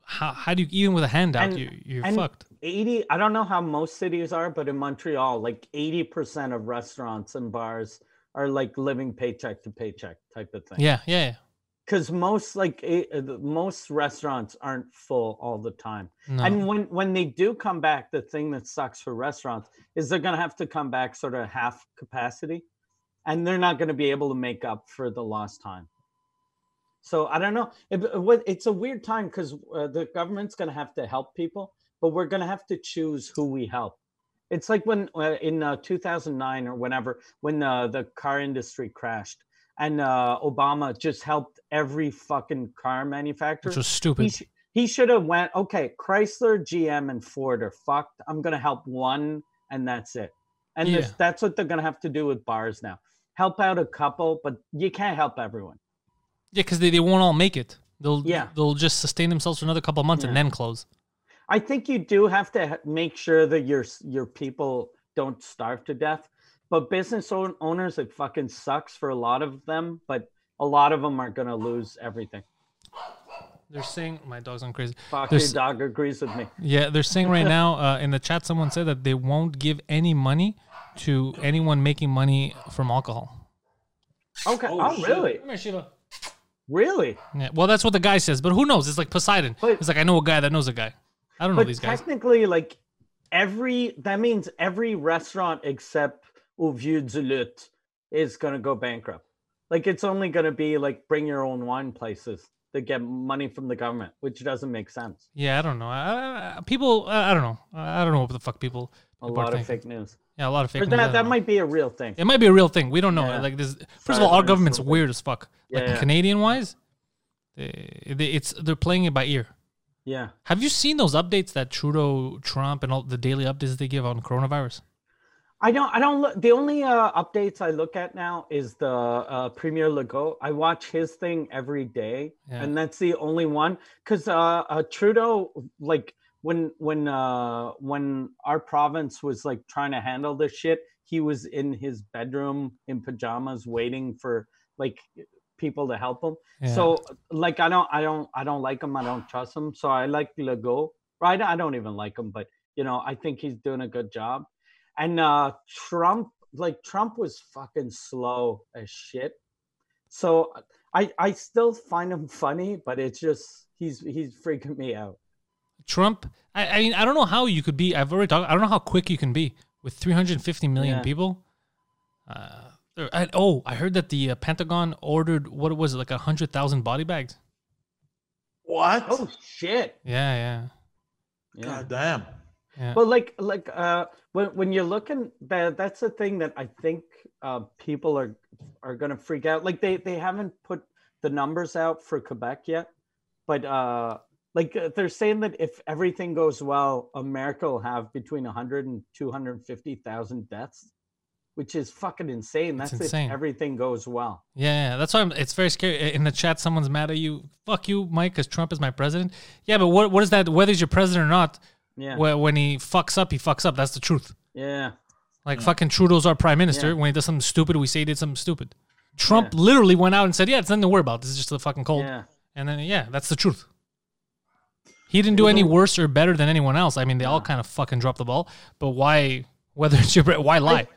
S1: how, how do you even with a handout
S2: And-
S1: you you're
S2: and
S1: fucked?
S2: eighty. I don't know how most cities are, but in Montreal, like eighty percent of restaurants and bars are like living paycheck to paycheck type of thing.
S1: Yeah, yeah, yeah.
S2: because most like eh, uh, the- most restaurants aren't full all the time.
S1: No.
S2: And when when they do come back, the thing that sucks for restaurants is they're going to have to come back sort of half capacity, and they're not going to be able to make up for the lost time. So I don't know. It- it wa- it's a weird time because uh, the government's going to have to help people, but we're going to have to choose who we help. It's like when uh, in uh, 2009 or whenever when uh, the car industry crashed and uh, Obama just helped every fucking car manufacturer
S1: Which was
S2: he,
S1: stupid.
S2: sh- he should have went okay chrysler gm and ford are fucked i'm gonna help one and that's it and this,
S1: Yeah.
S2: that's what they're gonna have to do with bars now help out a couple but you can't help everyone
S1: Yeah, because they, they won't all make it. They'll
S2: Yeah.
S1: they'll just sustain themselves for another couple of months and
S2: Yeah.
S1: then close.
S2: i think you do have to ha- make sure that your s- your people don't starve to death but business own- owners it fucking sucks for a lot of them but a lot of them are gonna lose everything
S1: They're saying my dog's on crazy.
S2: fuck
S1: There's-
S2: your dog agrees with me
S1: Yeah, they're saying right
S2: [laughs]
S1: now uh, in the chat, someone said that they won't give any money to anyone making money from alcohol.
S2: okay
S3: Oh,
S2: oh,
S3: shit.
S2: really
S1: Come here, Shiva.
S2: really
S1: Yeah, well, that's what the guy says, but who knows? It's like Poseidon.
S2: But-
S1: It's like, I know a guy that knows a guy. I don't know
S2: but
S1: Hmm. these guys.
S2: technically, like every that means every restaurant except Au Vieux du Lutte is gonna go bankrupt. Like it's only gonna be like bring your own wine places that get money from the government, which doesn't make sense.
S1: Yeah, I don't know. I, I, people, I, I don't know. I I don't know what the fuck people.
S2: A
S1: people are
S2: lot
S1: thinking.
S2: of fake news.
S1: Yeah, a lot of fake.
S2: Or
S1: news, I
S2: that
S1: don't
S2: that
S1: know.
S2: might be a real thing.
S1: It might be a real thing. We don't know.
S2: Yeah.
S1: Like this. First
S2: Sorry,
S1: of all, our
S2: learned
S1: government's
S2: something.
S1: weird as fuck. like
S2: Yeah, yeah.
S1: Canadian wise, they, they, it's they're playing it by ear.
S2: Yeah.
S1: Have you seen those updates that Trudeau, Trump, and all the daily updates they give on coronavirus?
S2: I don't. I don't. Look, the only uh, updates I look at now is the uh, Premier Legault. I watch his thing every day,
S1: Yeah.
S2: and that's the only one. Because uh, uh, Trudeau, like when when uh, when our province was like trying to handle this shit, he was in his bedroom in pajamas waiting for like people to help him.
S1: Yeah.
S2: So like I don't I don't I don't like him. I don't trust him. So I like Legault. Right? I don't even like him, but you know I think he's doing a good job. And uh Trump, like Trump was fucking slow as shit. So I I still find him funny, but it's just he's he's freaking me out.
S1: Trump. I, I mean, I don't know how you could be. I've already talked. I don't know how quick you can be with 350 million
S2: Yeah.
S1: people. Uh, there- I, oh, I heard that the uh, Pentagon ordered what was it like hundred thousand body bags.
S3: What?
S2: Oh shit.
S1: Yeah, yeah,
S2: Yeah.
S3: God damn.
S1: yeah.
S2: Well, like, like, uh, when when you're looking, that that's the thing that I think uh, people are are gonna freak out. Like, they they haven't put the numbers out for Quebec yet, but uh, like uh, they're saying that if everything goes well, America will have between 100 and 250,000 deaths, which is fucking insane.
S1: That's
S2: That's
S1: insane.
S2: if everything goes well.
S1: Yeah, yeah, that's why I'm, it's very scary. In the chat, someone's mad at you. Fuck you, Mike, because Trump is my president. Yeah, but what what is that? Whether he's your president or not,
S2: Yeah,
S1: wh- when he fucks up, he fucks up. That's the truth.
S2: yeah,
S1: Like fucking Trudeau's our prime minister.
S2: Yeah.
S1: When he does something stupid, we say he did something stupid. Trump literally went out and said, "Yeah, it's nothing to worry about. This is just a fucking cold."
S2: yeah.
S1: And then yeah, that's the truth. He didn't do any worse or better than anyone else. I mean, they all kind of fucking dropped the ball. But why? [laughs] Whether it's your why lie?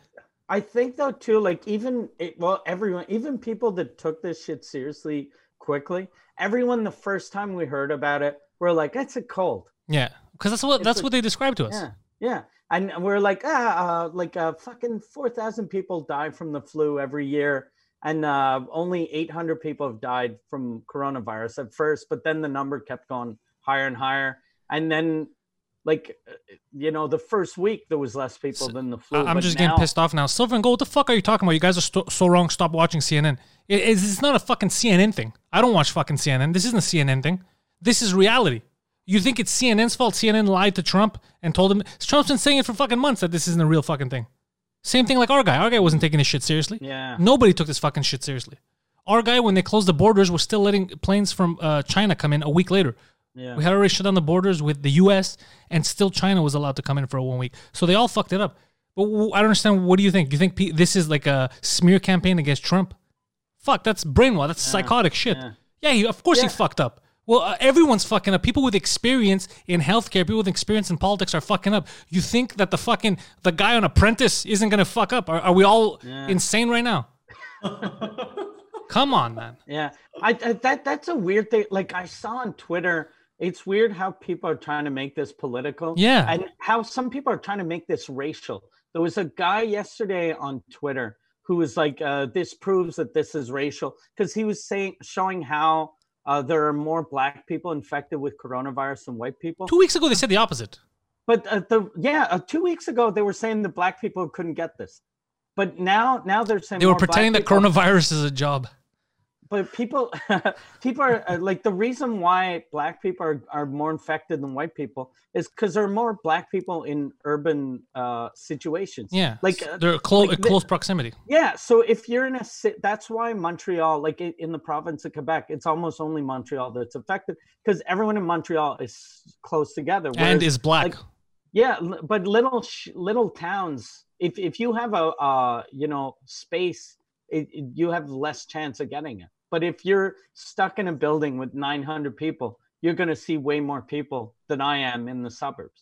S2: I think though too, like even it, well, everyone, even people that took this shit seriously quickly, everyone the first time we heard about it, we're like, it's a cold.
S1: Yeah, because that's what that's
S2: a-
S1: what they described to us.
S2: Yeah, yeah, and we're like, ah, uh, like uh, fucking four thousand people die from the flu every year, and uh, only eight hundred people have died from coronavirus at first, but then the number kept going higher and higher, and then. Like, uh, you know, the first week there was less people than the flu.
S1: I- I'm
S2: but
S1: just
S2: now-
S1: getting pissed off now. Silver and gold, what the fuck are you talking about? You guys are sto- so wrong. Stop watching CNN. It- it's, it's not a fucking CNN thing. I don't watch fucking CNN. This isn't a CNN thing. This is reality. You think it's CNN's fault? CNN lied to Trump and told him. Trump's been saying it for fucking months that this isn't a real fucking thing. Same thing like our guy. Our guy wasn't taking this shit seriously.
S2: Yeah.
S1: Nobody took this fucking shit seriously. Our guy, when they closed the borders, was still letting planes from uh, China come in a week later.
S2: Yeah.
S1: We had already shut down the borders with the U.S. and still China was allowed to come in for one week. So they all fucked it up. But w- I don't understand. What do you think? You think pe- this is like a smear campaign against Trump? Fuck, that's brainwash. That's psychotic shit. Yeah, he, of course he
S2: Yeah.
S1: fucked up. Well, uh, everyone's fucking up. People with experience in healthcare, people with experience in politics are fucking up. You think that the fucking the guy on Apprentice isn't gonna fuck up? Are, are we all insane right now? Come on, man.
S2: Yeah, I, I that that's a weird thing. Like I saw on Twitter, it's weird how people are trying to make this political.
S1: Yeah.
S2: and how some people are trying to make this racial. There was a guy yesterday on Twitter who was like, uh, "This proves that this is racial," because he was saying showing how uh, there are more black people infected with coronavirus than white people.
S1: Two weeks ago they said the opposite.
S2: But uh, the yeah, uh, two weeks ago they were saying the black people couldn't get this, but now now they're saying
S1: They were
S2: more black
S1: pretending that
S2: people-
S1: coronavirus is a job.
S2: but people [laughs] people are uh, like the reason why black people are, are more infected than white people is because there are more black people in urban uh situations
S1: Yeah,
S2: like
S1: s-
S2: uh,
S1: they're close,
S2: like the-
S1: close proximity.
S2: yeah so if you're in a city that's why montreal like i- in the province of quebec it's almost only montreal that's affected because everyone in montreal is s- close together
S1: and
S2: whereas-
S1: is black.
S2: like- yeah, l- but little sh- little towns. If if you have a uh, you know space, it, it- you have less chance of getting it. But if you're stuck in a building with 900 people, you're going to see way more people than I am in the suburbs.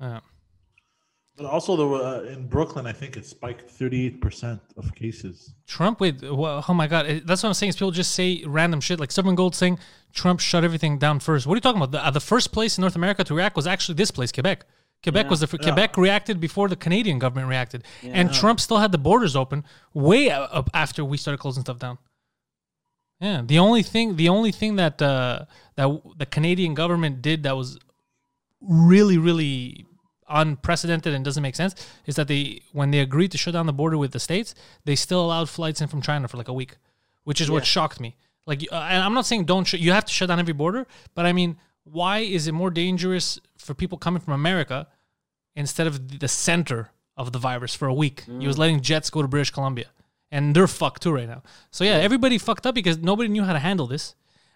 S1: Yeah.
S3: But also, there were, uh, in Brooklyn, I think it spiked 38% of cases.
S1: Trump, wait, wha- oh my God. eh, That's what I'm saying is people just say random shit. Like Seven Gold saying Trump shut everything down first. What are you talking about? The, uh, the first place in North America to react was actually this place, Quebec. Quebec was the fir- Quebec reacted before the Canadian government reacted, and Trump still had the borders open way a- up after we started closing stuff down. Yeah, the only thing the only thing that uh, that w- the Canadian government did that was really really unprecedented and doesn't make sense is that they when they agreed to shut down the border with the states, they still allowed flights in from China for like a week, which is what shocked me. Like, uh, and I'm not saying don't sh- you have to shut down every border, but I mean, why is it more dangerous for people coming from America instead of th- the center of the virus for a week. He was letting jets go to British Columbia, and they're fucked too right now. So yeah, everybody fucked up because nobody knew how to handle this.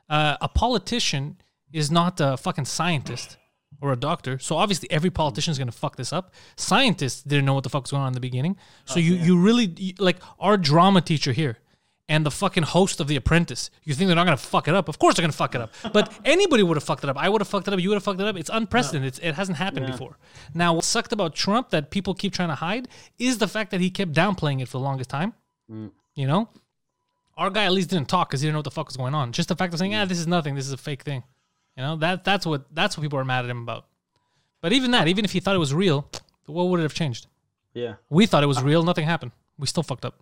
S1: Uh, a politician is not a fucking scientist or a doctor, so obviously every politician is gonna fuck this up. Scientists didn't know what the fuck was going on in the beginning, so you you really you, like our drama teacher here. And the fucking host of The Apprentice. You think they're not gonna fuck it up? Of course they're gonna fuck it up. But anybody would have fucked it up. I would have fucked it up. You would have fucked it up. It's unprecedented. It's, it hasn't happened before. Now, what sucked about Trump that people keep trying to hide is the fact that he kept downplaying it for the longest time. You know, our guy at least didn't talk because he didn't know what the fuck was going on. Just the fact of saying, "Ah, this is nothing. This is a fake thing." You know that that's what that's what people are mad at him about. But even that, even if he thought it was real, what would it have changed?
S2: Yeah.
S1: We thought it was real. Nothing happened. We still fucked up.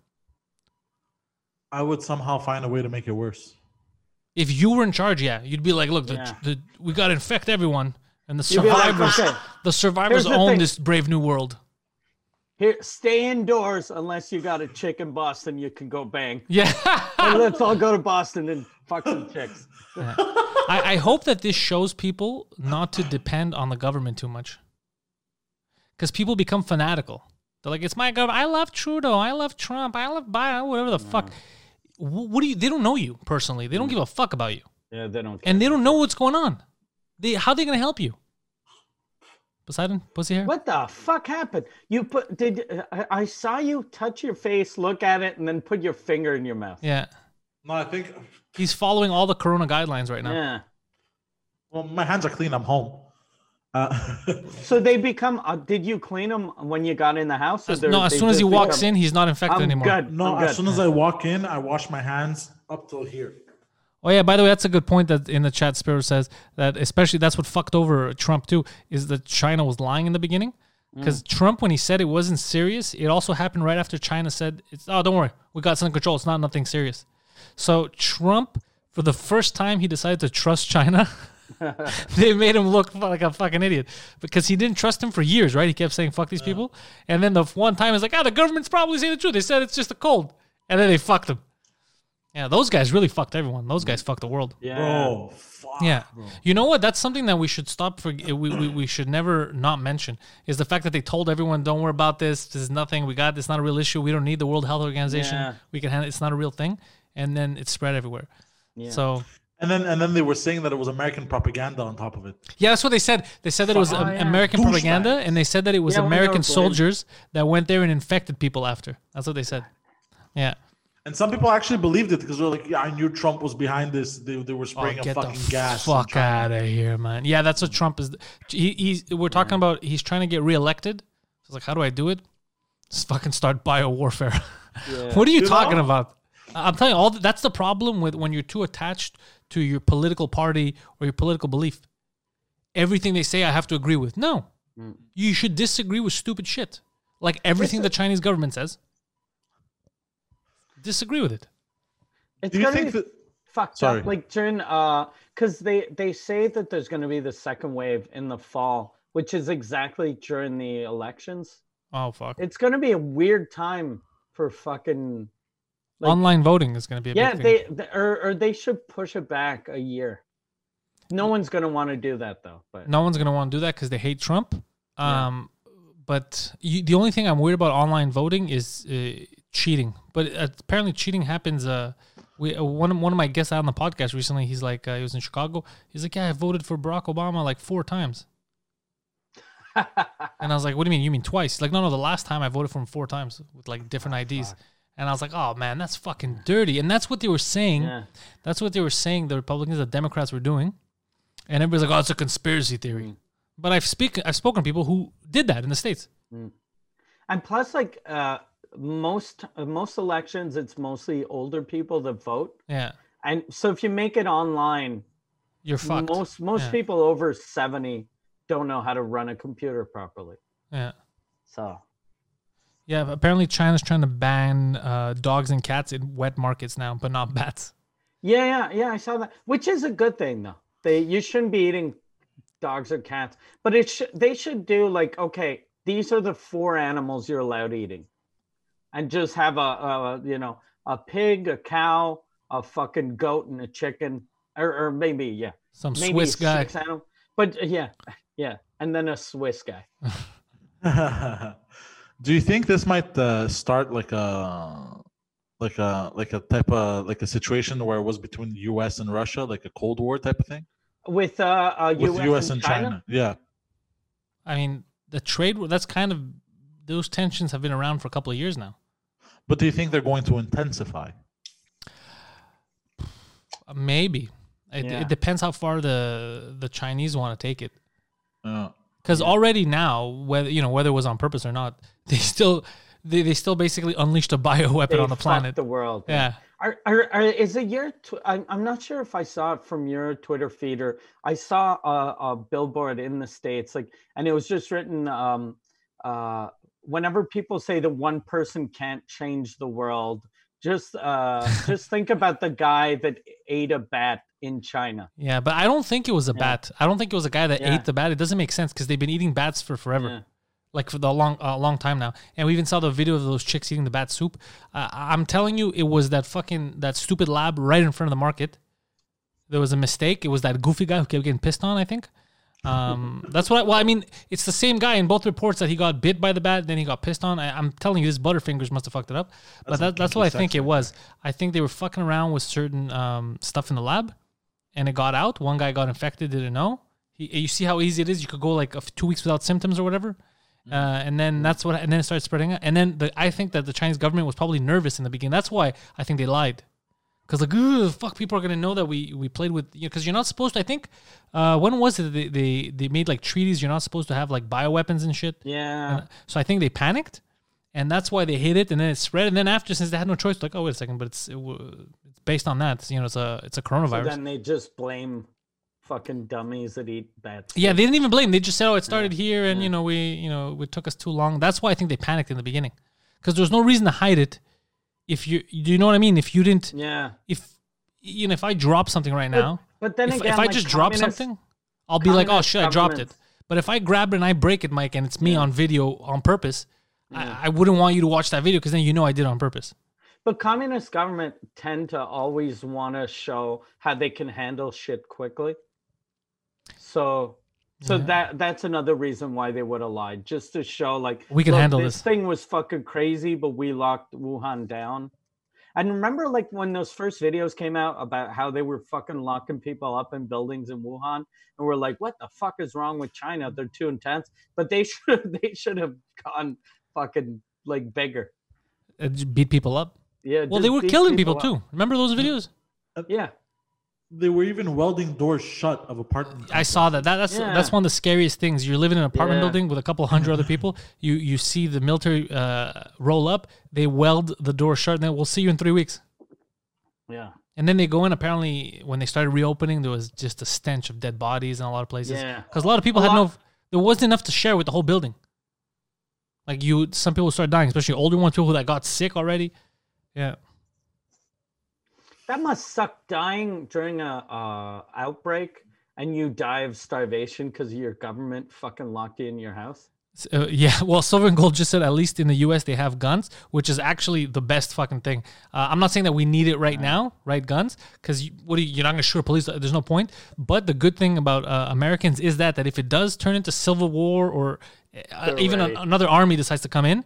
S3: I would somehow find a way to make it worse.
S1: If you were in charge, yeah, you'd be like, "Look, the,
S2: Yeah.
S1: the, we got to infect everyone." And the
S2: You'd be like,
S1: survivors,
S2: okay,
S1: the survivors
S2: Here's the
S1: own
S2: thing.
S1: this brave new world.
S2: here, stay indoors unless you got a chick in Boston you can go bang.
S1: Yeah. [laughs]
S2: And let's all go to Boston and fuck some chicks.
S1: I, I hope that this shows people not to depend on the government too much. Because people become fanatical. They're like, it's my government. I love Trudeau. I love Trump. I love Biden. Whatever the fuck. Wh- What do you? They don't know you personally. They don't
S2: Mm.
S1: give a fuck about you,
S2: Yeah, they don't.
S1: and they don't know what's going on. They how they gonna help you? Poseidon, pussy hair.
S2: What the fuck happened? You put did I, I saw you touch your face, look at it, and then put your finger in your mouth.
S1: Yeah,
S3: No, I think
S1: he's following all the Corona guidelines right now.
S2: Yeah.
S3: Well, my hands are clean. I'm home. Uh, [laughs]
S2: So they become. Uh, did you clean them when you got in the house?
S1: As- no, as soon as he walks in, he's not infected
S2: I'm
S1: anymore.
S2: good.
S3: no,
S2: I'm
S3: as
S2: good.
S3: soon as I walk in, I wash my hands up till here.
S1: Oh yeah, by the way, that's a good point that in the chat Spiro says that especially that's what fucked over Trump too is that China was lying in the beginning
S2: Mm.
S1: because Trump when he said it wasn't serious, it also happened right after China said it's oh don't worry, we got some control, it's not nothing serious. So Trump for the first time he decided to trust China. [laughs] they made him look fu- like a fucking idiot because he didn't trust him for years, right? He kept saying "fuck these people," and then the f- one time he's like, "Ah, the government's probably saying the truth. They said it's just a cold," and then they fucked him. Yeah, those guys really fucked everyone. Those guys fucked the world.
S2: Yeah.
S3: Bro, Oh, fuck,
S1: Yeah.
S3: Ah, bro.
S1: You know what? That's something that we should stop for. eh, We, we, we should never not mention is the fact that they told everyone, don't worry about this. This is nothing. We got this. Not a real issue. We don't need the World Health Organization.
S2: Yeah.
S1: We can handle It's not a real thing. And then it spread everywhere. So,
S3: And then and then they were saying that it was American propaganda on top of it.
S1: yeah, that's what they said. They said that it was
S3: Fuck.
S1: um,
S3: Oh, yeah.
S1: American
S3: Douchebags.
S1: propaganda. And they said that it was
S2: Yeah, well, they were
S1: American
S2: blamed.
S1: soldiers that went there and infected people after. That's what they said. Yeah.
S3: And some people actually believed it because they're like, yeah, I knew Trump was behind this. They, they were spraying a fucking gas. in
S1: Oh, fuck
S3: China."
S1: out of here, man. Yeah, that's what Trump is. He, he's we're
S2: Mm.
S1: talking about. He's trying to get reelected. So it's like, how do I do it? Just fucking start bio [laughs] warfare. what are you
S3: You
S1: talking
S3: know?
S1: about? I- I'm telling you, all the, that's the problem with when you're too attached to your political party or your political belief. Everything they say, I have to agree with. No,
S2: Mm.
S1: you should disagree with stupid shit, like everything the Chinese government says. Disagree with it.
S2: It's
S3: Do you
S2: gonna
S3: think
S2: be
S3: that?
S2: fucked
S3: Sorry.
S2: up. Like during, uh, because they they say that there's gonna be the second wave in the fall, which is exactly during the elections.
S1: Oh fuck!
S2: It's gonna be a weird time for fucking. like-
S1: Online voting is going to be a
S2: Yeah,
S1: big thing.
S2: they th- or or they should push it back a year. No one's gonna want to do that though. But
S1: no one's gonna want to do that because they hate Trump. Um, but you, the only thing I'm worried about online voting is uh, cheating. But uh, apparently, cheating happens. Uh, we uh, one of, one of my guests out on the podcast recently. He's like, uh, he was in Chicago. He's like, yeah, I voted for Barack Obama like four times. and I was like, what do you mean? You mean twice? He's like, no, no, the last time I voted for him four times with like different IDs. And I was like, oh man, that's fucking dirty. And that's what they were saying.
S2: Yeah.
S1: That's what they were saying. The Republicans, the Democrats were doing. And everybody's like, oh, it's a conspiracy
S2: Hmm.
S1: theory. But I've speak I've spoken to people who did that in the states.
S2: and plus, like uh, most uh, most elections, it's mostly older people that vote,
S1: Yeah,
S2: and so if you make it online,
S1: you're fucked.
S2: most most
S1: Yeah.
S2: people over seventy don't know how to run a computer properly.
S1: yeah,
S2: So
S1: yeah. but Apparently, China's trying to ban uh, dogs and cats in wet markets now, but not bats.
S2: yeah, yeah, yeah, I saw that, which is a good thing though. They you shouldn't be eating dogs or cats, but it should they should do like okay, these are the four animals you're allowed eating, and just have a, a you know a pig, a cow, a fucking goat, and a chicken, or, or maybe yeah,
S1: Some
S2: maybe
S1: Swiss guy.
S2: six animal- but uh, yeah, yeah, and then a Swiss guy.
S3: [laughs] Do you think this might uh, start like a like a like a type of like a situation where it was between the U.S. and Russia, like a Cold War type of thing
S2: with uh, uh
S3: with
S2: US,
S3: U.S. and China? Yeah,
S1: I mean, the trade. war- That's kind of those tensions have been around for a couple of years now.
S3: but do you think they're going to intensify?
S1: Uh, Maybe it,
S2: Yeah.
S1: it depends how far the the Chinese want to take it.
S3: Uh,
S1: Because already now, whether you know whether it was on purpose or not, [laughs] they still they, they still basically unleashed a bio weapon
S2: They
S1: on the
S2: fucked
S1: planet.
S2: the world.
S1: yeah.
S2: Are, are, are, is it your? Tw- I'm, I'm not sure if I saw it from your Twitter feed or I saw a, a billboard in the states, like, and it was just written. Um, uh, whenever people say that one person can't change the world,
S1: [laughs]
S2: just uh, just think about the guy that ate a bat in China.
S1: Yeah, but I don't think it was a bat. I don't think it was a guy that
S2: Yeah.
S1: ate the bat. It doesn't make sense because they've been eating bats for forever,
S2: Yeah.
S1: like for the long, uh, long time now. And we even saw the video of those chicks eating the bat soup. Uh, I'm telling you, it was that fucking that stupid lab right in front of the market. There was a mistake. It was that goofy guy who kept getting pissed on. I think. Um, that's what. I, well, I mean, it's the same guy in both reports that he got bit by the bat, then he got pissed on. I, I'm telling you, this Butterfingers must have fucked it up. But that, that's what I
S3: kinky
S1: think
S3: sex
S1: it was. I think they were fucking around with certain um, stuff in the lab, and it got out. One guy got infected, didn't know. He, you see how easy it is. You could go like a f- two weeks without symptoms or whatever, uh, and then that's what. And then it started spreading. out. And then the, I think that the Chinese government was probably nervous in the beginning. That's why I think they lied because like "Ugh, fuck people are gonna know that we we played with you because you're not supposed to i think uh when was it that they, they they made like treaties you're not supposed to have like bioweapons and shit
S2: Yeah.
S1: so i think they panicked and that's why they hit it and then it spread and then after since they had no choice like oh wait a second but it's it, w- it's based on that you know it's a it's a
S2: So
S1: coronavirus
S2: then they just blame fucking dummies that eat bats.
S1: yeah they didn't even blame they just said oh it started here and you know we you know it took us too long that's why i think they panicked in the beginning because there's no reason to hide it if you do you know what i mean if you didn't
S2: Yeah.
S1: if you know if I drop something right now,
S2: But then
S1: if,
S2: again,
S1: if I
S2: like,
S1: just drop
S2: communist-
S1: something, I'll be like, oh
S2: communist
S1: shit, I dropped it.
S2: governments-
S1: But if I grab it and I break it, Mike, and it's me on video on purpose, I, I wouldn't want you to watch that video because then you know I did it on purpose.
S2: But communist government tend to always want to show how they can handle shit quickly. So, so that that's another reason why they would have lied, just to show like
S1: We can
S2: "Look,
S1: handle
S2: this
S1: this."
S2: thing was fucking crazy, but we locked Wuhan down. And remember, like when those first videos came out about how they were fucking locking people up in buildings in Wuhan, and we're like, "What the fuck is wrong with China? They're too intense." But they [laughs] should they should have gone fucking like bigger.
S1: Uh, j- beat people up.
S2: Yeah.
S1: Well,
S2: just
S1: they were
S2: beat
S1: killing people,
S2: up.
S1: too. Remember those videos?
S2: Yeah.
S3: They were even welding doors shut of apartments.
S1: I saw that. that that's
S2: Yeah.
S1: that's one of the scariest things. You're living in an apartment
S2: Yeah.
S1: building with a couple hundred other people. You you see the military uh, roll up. They weld the door shut, and then we'll see you in three weeks.
S2: Yeah.
S1: And then they go in. Apparently, when they started reopening, there was just a stench of dead bodies in a lot of places.
S2: Yeah.
S1: because a lot of people
S2: A
S1: had no.
S2: lot-
S1: There wasn't enough to share with the whole building. Like you, some people started dying, especially older ones, people that got sick already. Yeah,
S2: That must suck dying during a uh, outbreak and you die of starvation because your government fucking locked you in your house.
S1: S- uh, [laughs] yeah. Well, Silver and Gold just said at least in the U.S. they have guns, which is actually the best fucking thing. Uh, I'm not saying that we need it right now, right? Guns, because you, what are you, you're not gonna shoot a police. There's no point. But the good thing about uh, Americans is that that if it does turn into civil war or uh,
S2: They're
S1: even a,
S2: ready.
S1: another army decides to come in,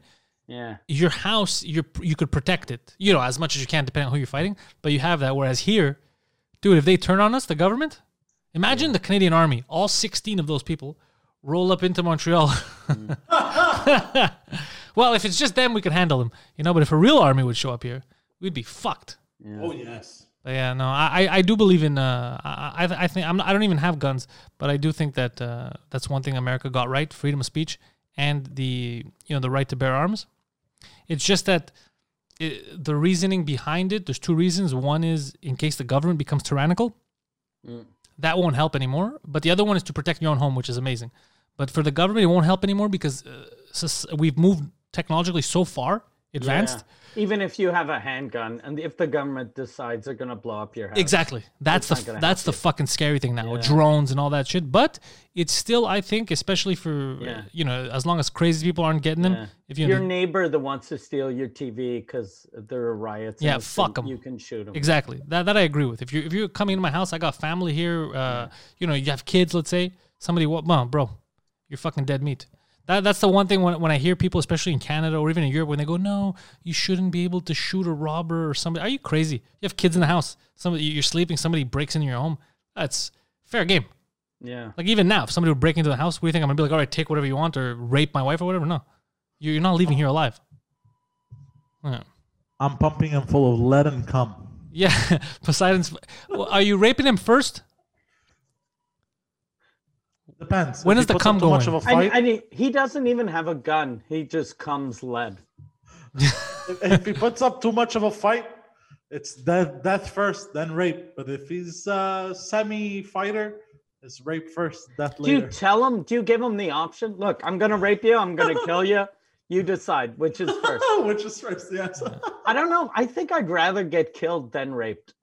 S2: Yeah.
S1: your house you you could protect it you know as much as you can depending on who you're fighting but you have that whereas here dude if they turn on us the government imagine the canadian army all 16 of those people roll up into montreal [laughs] well if it's just them we could handle them you know but if a real army would show up here we'd be fucked
S3: Oh yes.
S1: but yeah no i I- i do believe in uh i i, I think I'm, i don't even have guns but i do think that uh, that's one thing america got right freedom of speech and the you know the right to bear arms it's just that it, the reasoning behind it, there's two reasons. One is in case the government becomes tyrannical, that won't help anymore. But the other one is to protect your own home, which is amazing. But for the government, it won't help anymore because uh, sus- we've moved technologically so far advanced.
S2: Yeah. Even if you have a handgun and if the government decides they're going to blow up your house.
S1: Exactly. That's the
S2: not gonna
S1: that's the fucking scary thing now. Drones and all that shit. But it's still, I think, especially for uh,
S2: Yeah.
S1: you know, as long as crazy people aren't getting them,
S2: Yeah.
S1: if you
S2: your neighbor that wants to steal your TV because there are riots.
S1: Yeah,
S2: and it's-
S1: fuck 'em.
S2: You can shoot them.
S1: Exactly. That that I agree with. If you if you're coming into my house, I got family here. Uh, you know, you have kids. Let's say somebody, what, mom, bro, you're fucking dead meat. That that's the one thing when when I hear people, especially in Canada or even in Europe, when they go, no, you shouldn't be able to shoot a robber or somebody. Are you crazy? You have kids in the house. Somebody you're sleeping. Somebody breaks into your home. That's fair game.
S2: Yeah.
S1: Like even now, if somebody would break into the house, what do you think? I'm gonna be like, all right, take whatever you want or rape my wife or whatever. No, You- you're not leaving here alive. Yeah.
S3: I'm pumping him full of lead and cum.
S1: Yeah, [laughs] Poseidon's. Well, Are you raping him first?
S3: Depends.
S1: When
S3: If
S1: is
S3: he
S1: the
S3: puts
S1: cum
S3: up too Much of
S1: going?
S3: a
S2: And,
S3: fight,
S2: and he, he doesn't even have a gun. He just comes lead.
S3: [laughs] if he puts up too much of a fight, it's death, death first, then rape. But if he's uh, semi fighter, it's rape first, death
S2: Do you
S3: later.
S2: tell him? Do you give him the option? Look, I'm gonna rape you. I'm gonna kill you. You decide which [laughs] is
S3: [laughs]
S2: first.
S3: Which is first, yes.
S2: I don't know. I think I'd rather get killed than raped.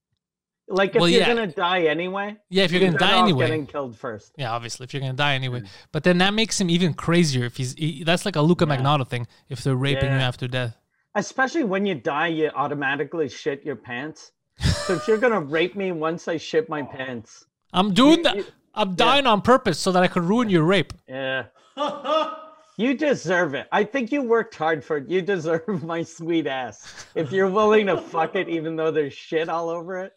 S2: Like if
S1: Well,
S2: you're
S1: yeah.
S2: gonna die anyway,
S1: Yeah, if you're gonna
S2: better
S1: die
S2: off
S1: anyway.
S2: Getting Mm. killed first.
S1: yeah, obviously, if you're gonna die anyway. But then that makes him even crazier. If he's he, that's like a Luca Magnotta thing. If they're raping you
S2: Yeah.
S1: after death,
S2: Especially when you die, you automatically shit your pants. So if you're gonna rape me once I shit my pants,
S1: I'm doing that. I'm dying on purpose so that I could ruin your rape.
S2: yeah. You deserve it. I think you worked hard for it. You deserve [laughs] my sweet ass. If you're willing to fuck it, even though there's shit all over it,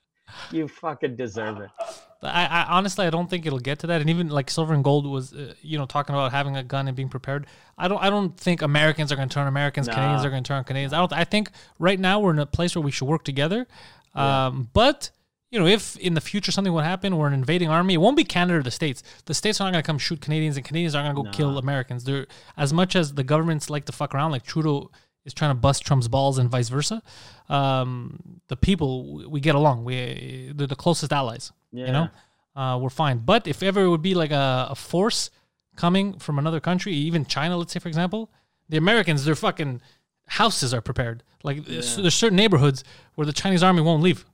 S2: you fucking deserve it.
S1: I, I honestly, I don't think it'll get to that. And even like Silver and Gold was, uh, you know, talking about having a gun and being prepared. I don't, I don't think Americans are gonna turn Americans. Canadians
S2: Nah.
S1: are gonna turn Canadians. I don't. I think right now we're in a place where we should work together. Um, but you know, if in the future something would happen, we're an invading army. It won't be Canada or the states. The states are not going to come shoot Canadians, and Canadians aren't going to go kill Americans. They're as much as the governments like to fuck around, like Trudeau is trying to bust Trump's balls and vice versa. Um, the people we- we get along. We they're the closest allies. You know, uh, we're fine. But if ever it would be like a, a force coming from another country, even China, let's say for example, the Americans, their fucking houses are prepared. Like there's, there's certain neighborhoods where the Chinese army won't leave.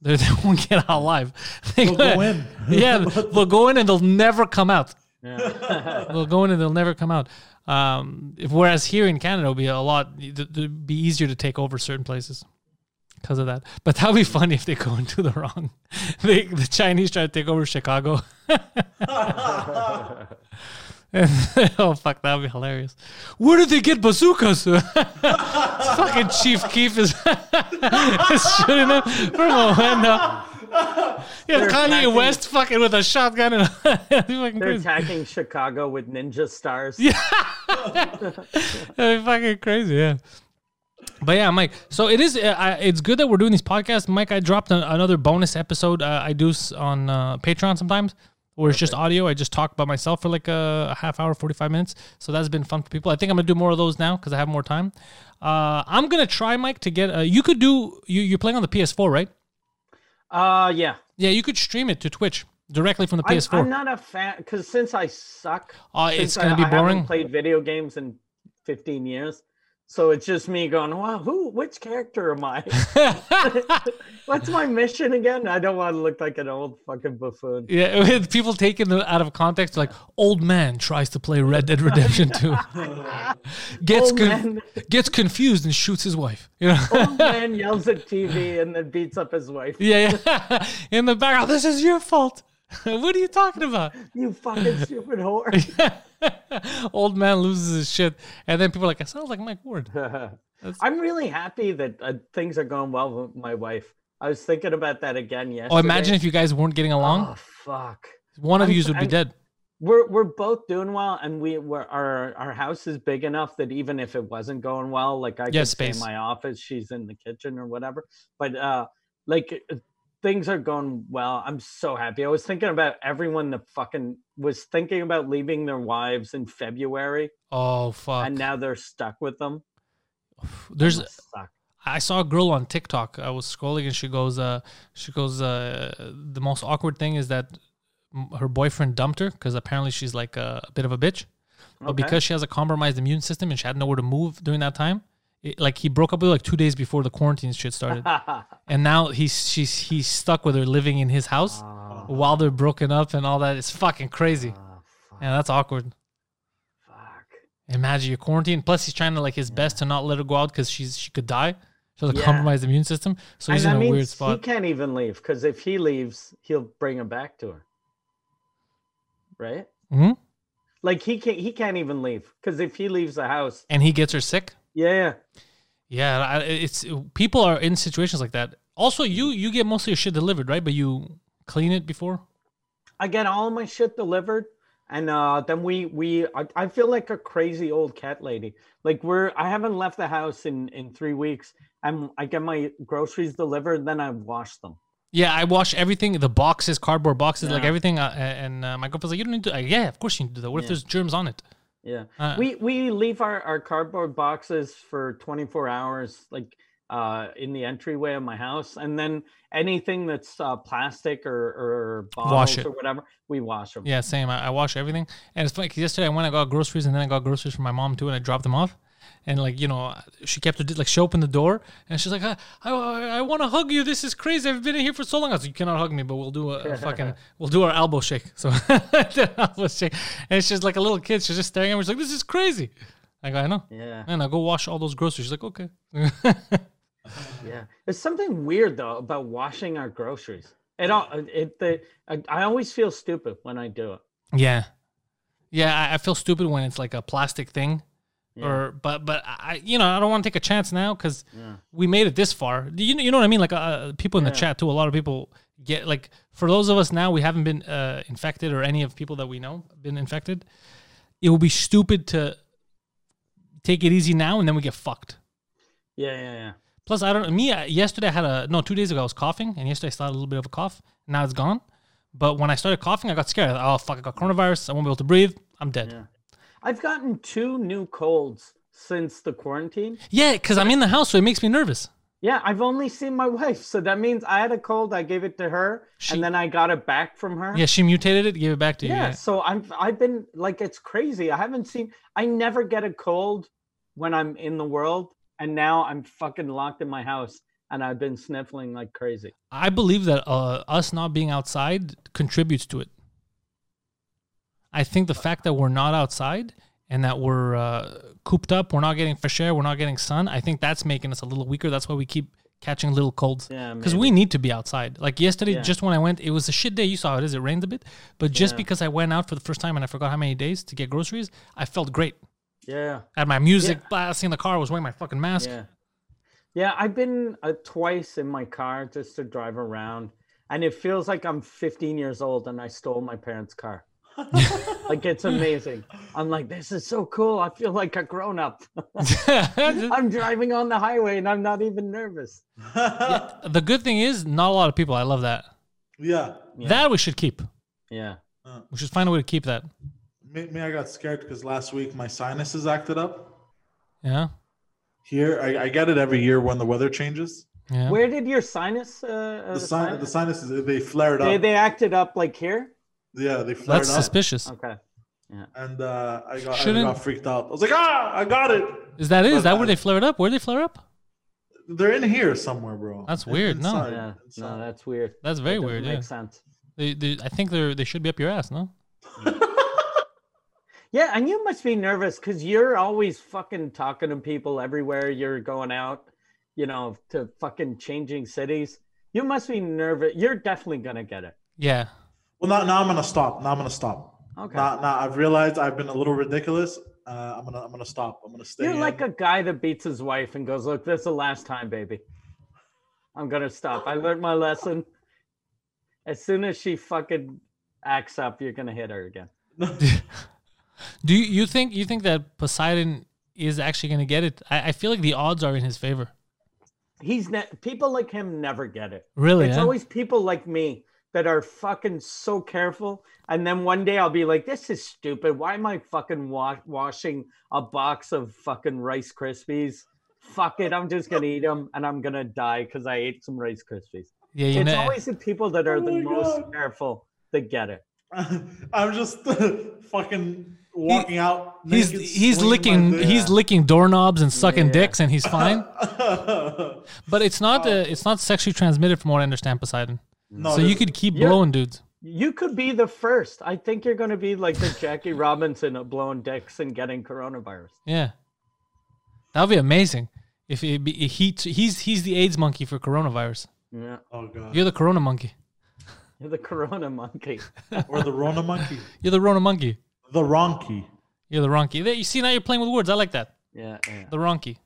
S1: They, [laughs] they won't get out alive. They
S3: They'll go in.
S1: [laughs] yeah, they'll go in and they'll never come out.
S2: Yeah.
S1: [laughs] They'll go in and they'll never come out. Um, if, whereas here in Canada, it'll be a lot. It'd be easier to take over certain places because of that. But that'd be funny if they go [laughs] into the wrong. They, the Chinese try to take over Chicago. And- [laughs] oh fuck, that would be hilarious. Where did they get bazookas? [laughs] Fucking Chief Keef is, [laughs] is shooting them from a window. Yeah, Kanye
S2: attacking-
S1: West fucking with a shotgun and [laughs] It'd be fucking
S2: They're
S1: crazy.
S2: attacking Chicago with ninja stars.
S1: That'd be fucking crazy, yeah. But yeah, Mike. So it is. Uh, I, it's good that we're doing these podcasts, Mike. I dropped an, another bonus episode. Uh, I do s- on uh, Patreon sometimes, where it's just audio. I just talk by myself for like a, a half hour, forty five minutes. So that's been fun for people. I think I'm gonna do more of those now because I have more time. Uh, I'm gonna try, Mike, to get. Uh, you could do. You, you're playing on the PS4, right?
S2: Uh, yeah.
S1: Yeah, you could stream it to Twitch directly from the
S2: I'm,
S1: PS4.
S2: I'm not a fan because since I suck,
S1: Uh,
S2: since
S1: it's gonna
S2: I,
S1: be
S2: I haven't
S1: boring.
S2: played video games in 15 years, so it's just me going, "Wow, who? Which character am
S1: [laughs]
S2: I? [laughs] What's my mission again? I don't want to look like an old fucking buffoon."
S1: Yeah, [laughs] with people taking it out of context, like old man tries to play Red Dead Redemption
S2: [laughs]
S1: 2. gets
S2: Old
S1: con-
S2: man. Oh.
S1: gets confused and shoots his wife. You know?
S2: Old man yells at TV and then beats up his wife.
S1: [laughs] yeah, yeah. [laughs] In the background, this is your fault. [laughs] what are you talking about? [laughs]
S2: You fucking stupid whore. [laughs]
S1: old man loses his shit, and then people are like, "I sounds like Mike Ward."
S2: I'm really happy that uh, things are going well with my wife. I was thinking about that again yesterday.
S1: Oh, imagine if you guys weren't getting
S2: Oh
S1: along.
S2: fuck.
S1: One of
S2: Oh. I'm-
S1: you would be
S2: I'm-
S1: dead.
S2: we're we're both doing well and we were our our house is big enough that even if it wasn't going well like i
S1: Yeah,
S2: could stay in
S1: space.
S2: my office she's in the kitchen or whatever but uh like uh, things are going well i'm so happy i was thinking about everyone that fucking was thinking about leaving their wives in february
S1: Oh fuck!
S2: and now they're stuck with them
S1: There's
S2: Must
S1: [laughs]
S2: suck.
S1: I saw a girl on TikTok. I was scrolling and she goes, uh, she goes, uh, the most awkward thing is that m- her boyfriend dumped her because apparently she's like a, a bit of a bitch. But
S2: Okay.
S1: because she has a compromised immune system and she had nowhere to move during that time, it, like he broke up with her like two days before the quarantine shit
S2: [laughs]
S1: started, and now he's she's he's stuck with her living in his house
S2: Ah.
S1: while they're broken up and all that. It's fucking crazy. yeah, that's awkward.
S2: Ah, fuck
S1: Imagine you're quarantined. Plus, he's trying to like his best to not let her go out because she's she could die. She has a
S2: Yeah.
S1: compromised immune system, so he's
S2: and that
S1: in a
S2: means
S1: weird
S2: he
S1: spot.
S2: can't even leave because if he leaves he'll bring him back to her right
S1: hmm
S2: Like he can't he can't even leave because if he leaves the house,
S1: And he gets her sick.
S2: yeah, yeah.
S1: Yeah, I- it's people are in situations like that. Also, you you get most of your shit delivered, right? But you clean it before.
S2: I get all my shit delivered, and uh, then we we I, I feel like a crazy old cat lady. Like we're I haven't left the house in in three weeks. I'm I get my groceries delivered, then I wash them.
S1: Yeah, I wash everything, the boxes, cardboard boxes, like
S2: Yeah.
S1: everything. Uh, and uh, my girlfriend's like, "You don't need to." Uh, yeah, of course you need to do that. What if
S2: Yeah.
S1: there's germs on it?
S2: Yeah,
S1: Uh,
S2: we we leave our our cardboard boxes for 24 hours, like uh in the entryway of my house, and then anything that's uh, plastic or or bottles
S1: it.
S2: or whatever, we wash them.
S1: Yeah, same. I, I wash everything, and it's funny 'cause yesterday I went, I got groceries, and then I got groceries for my mom too, and I dropped them off. And like you know, she kept her like she opened the door, and she's like, "I I, I want to hug you. This is crazy. I've been in here for so long. I was like, you cannot hug me, but we'll do a, a fucking we'll do our elbow shake. So [laughs] elbow shake, and she's like a little kid. She's just staring at me. She's like, "This is crazy." I go, "I know."
S2: Yeah.
S1: And I go wash all those groceries. She's like, "Okay." [laughs]
S2: Yeah, there's something weird though about washing our groceries. It all uh, it the I, I always feel stupid when I do it.
S1: Yeah, yeah. I, I feel stupid when it's like a plastic thing,
S2: Yeah.
S1: or but but I you know I don't want to take a chance now because
S2: Yeah.
S1: we made it this far. Do You you know what I mean? Like uh, people in the
S2: Yeah.
S1: chat too. A lot of people get like for those of us now we haven't been uh, infected or any of people that we know been infected. It would be stupid to take it easy now and then we get fucked.
S2: Yeah, yeah, yeah.
S1: Plus, I don't. Me I- yesterday, I had a no. Two days ago, I was coughing, and yesterday I started a little bit of a cough. Now it's gone. But when I started coughing, I got scared. I thought, oh fuck! I got coronavirus. I won't be able to breathe. I'm dead.
S2: I've gotten two new colds since the quarantine.
S1: Yeah, because I'm in the house, so it makes me nervous.
S2: Yeah, I've only seen my wife, so that means I had a cold. I gave it to her,
S1: She-
S2: and then I got it back from her.
S1: Yeah, she mutated it, gave it back to you.
S2: yeah,
S1: Yeah.
S2: so i'm i've been like it's crazy i haven't seen i never get a cold when i'm in the world and now i'm fucking locked in my house and i've been sniffling like crazy
S1: I believe that uh, us not being outside contributes to it. I think the fact that we're not outside and that we're uh, cooped up, we're not getting fresh air, we're not getting sun. I think that's making us a little weaker. That's why we keep catching little colds.
S2: Yeah,
S1: because we need to be outside. Like yesterday,
S2: Yeah.
S1: just when I went, it was a shit day. You saw how it is. It rained a bit, but just
S2: Yeah.
S1: because I went out for the first time and I forgot how many days to get groceries, I felt great.
S2: yeah
S1: I had my music blasting in the car. I was wearing my fucking mask.
S2: yeah yeah i've been uh, twice in my car just to drive around and it feels like i'm 15 years old and i stole my parents
S1: [laughs]
S2: car like it's amazing i'm like this is so cool i feel like a
S1: [laughs]
S2: grown-up i'm driving on the highway and i'm not even nervous
S3: yeah.
S1: [laughs]
S3: [laughs]
S1: the good thing is, not a lot of people. I love that.
S2: Yeah.
S1: That we should keep.
S2: yeah
S1: We should find a way to keep that.
S3: Me, me, I got scared because last week my sinuses acted up.
S1: Yeah.
S3: Here, I, I get it every year when the weather changes.
S1: Yeah.
S2: Where did your sinus? Uh, uh,
S3: The, sin- the
S2: sinus-
S3: sinuses they flared up.
S2: They, they acted up like here.
S3: yeah, they flared
S1: That's
S3: up.
S1: suspicious.
S2: Okay.
S3: and uh, I got I
S1: Shouldn't-
S3: got freaked out. I was like, ah, I got it.
S1: Is that it? Is
S3: But
S1: that where
S3: I-
S1: they flare up? Where they flare up?
S3: They're in here somewhere, bro.
S1: That's
S3: In-
S1: weird, no.
S3: inside,
S2: Yeah. No,
S3: inside.
S2: that's weird.
S1: That's
S2: That
S1: very
S2: doesn't
S1: weird.
S2: Make
S1: Yeah.
S2: sense.
S1: They, they, I think they're they should be up your ass. No.
S2: Yeah, and you must be nervous because you're always fucking talking to people everywhere. You're going out, you know, to fucking changing cities. You must be nervous. You're definitely gonna get it.
S1: Yeah.
S3: Well, now, now I'm gonna stop. Now I'm gonna stop.
S2: Okay.
S3: Now, now I've realized I've been a little ridiculous. Uh, I'm gonna I'm gonna stop. I'm gonna stay.
S2: you're
S3: in.
S2: like a guy that beats his wife and goes, "Look, this is the last time, baby. I'm gonna stop. I learned my lesson. As soon as she fucking acts up, you're gonna hit her again."
S1: Do you, you think you think that Poseidon is actually going to get it? I, I feel like the odds are in his favor.
S2: he's ne- people like him never get it.
S1: Really?
S2: It's
S1: eh?
S2: always people like me that are fucking so careful, and then one day I'll be like, "This is stupid. Why am I fucking wa- washing a box of fucking Rice Krispies? Fuck it. I'm just gonna eat them, and I'm gonna die because I ate some Rice Krispies."
S1: yeah, you
S2: it's
S1: know.
S2: always the people that are
S3: Oh
S2: the
S3: my
S2: most
S3: God.
S2: careful that get it.
S3: [laughs] I'm just [laughs] fucking walking out.
S1: he's
S3: naked,
S1: he's
S3: swinging
S1: licking
S3: my dick.
S1: he's licking doorknobs and sucking
S2: Yeah.
S1: dicks and he's
S2: [laughs]
S1: fine. but it's not uh, it's not sexually transmitted from what I understand, Poseidon.
S3: [laughs] no,
S1: so you
S3: this-
S1: could keep
S2: You're-
S1: blowing dudes.
S2: You could be the first. I think you're gonna be like the
S1: [laughs]
S2: Jackie Robinson of blowing dicks and getting coronavirus.
S1: Yeah, that would be amazing. If, it be, if he he's he's the AIDS monkey for coronavirus.
S2: Yeah,
S3: Oh god.
S1: You're the Corona monkey.
S2: you're the Corona monkey.
S3: or the Rona monkey.
S1: You're the Rona monkey.
S3: The Ronky.
S1: You're the Ronky. There, you see now you're playing with words. I like that.
S2: Yeah, yeah.
S1: The Ronky.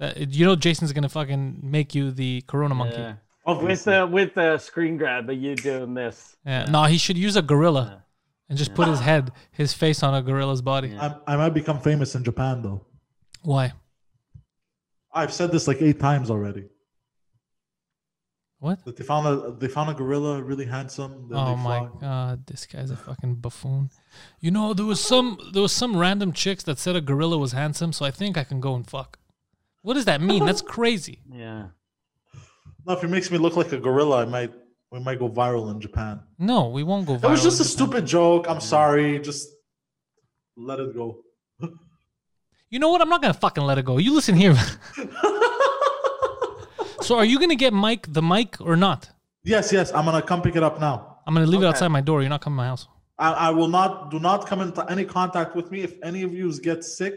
S1: Uh, you know Jason's gonna fucking make you the Corona monkey.
S2: Yeah.
S1: Yeah.
S2: With
S3: Obviously.
S2: the with the screen grab of you doing this.
S1: No, he should use a gorilla and just put his head, his face on a gorilla's body.
S3: I'm, I might become famous in Japan though.
S1: Why?
S3: I've said this like eight times already.
S1: What?
S3: That they found a they found a gorilla really handsome. that
S1: Oh
S3: they
S1: my
S3: flogged.
S1: god, this guy's a fucking buffoon. You know, there was some there was some random chicks that said a gorilla was handsome, so I think I can go and fuck. What does that mean?
S3: [laughs]
S1: That's crazy.
S2: Yeah.
S3: No, if it makes me look like a gorilla, I might we might go viral in Japan.
S1: No, we won't go viral.
S3: It was just a stupid joke. I'm sorry. Just let it go.
S1: you know what? I'm not gonna fucking let it go. You listen
S3: [laughs]
S1: here. so are you gonna get Mike the mic or not?
S3: Yes, yes. I'm gonna come pick it up now.
S1: I'm gonna leave it
S2: Okay.
S1: outside my door. You're not coming to my house.
S3: I, I will not do not come into any contact with me if any of you get sick.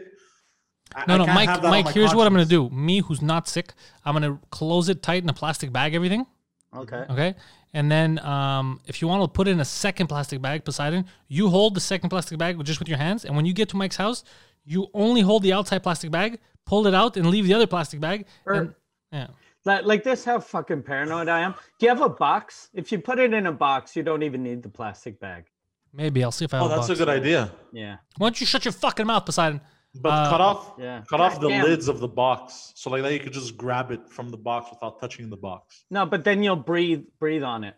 S3: I,
S1: No,
S3: I
S1: no,
S3: can't
S1: Mike.
S3: have that on
S1: Mike,
S3: my
S1: here's what I'm gonna
S3: conscience.
S1: do. Me, who's not sick, I'm gonna close it tight in a plastic bag, everything.
S2: Okay.
S1: Okay. And then um, if you want to put in a second plastic bag, Poseidon, you hold the second plastic bag with- just with your hands. And when you get to Mike's house, you only hold the outside plastic bag, pull it out, and leave the other plastic bag.
S3: Er.
S1: and- yeah.
S2: Like, like this how fucking paranoid I am. Do you have a box? If you put it in a box, you don't even need the plastic bag.
S1: Maybe I'll see if I have
S3: Oh, that's
S1: a box.
S3: a good idea.
S2: Yeah.
S1: Why don't you shut your fucking mouth, Poseidon?
S3: But
S1: Uh,
S3: cut off,
S2: Yeah.
S3: cut off the
S2: Goddamn.
S3: lids of the box, so like that you could just grab it from the box without touching the box.
S2: No, but then you'll breathe breathe on it.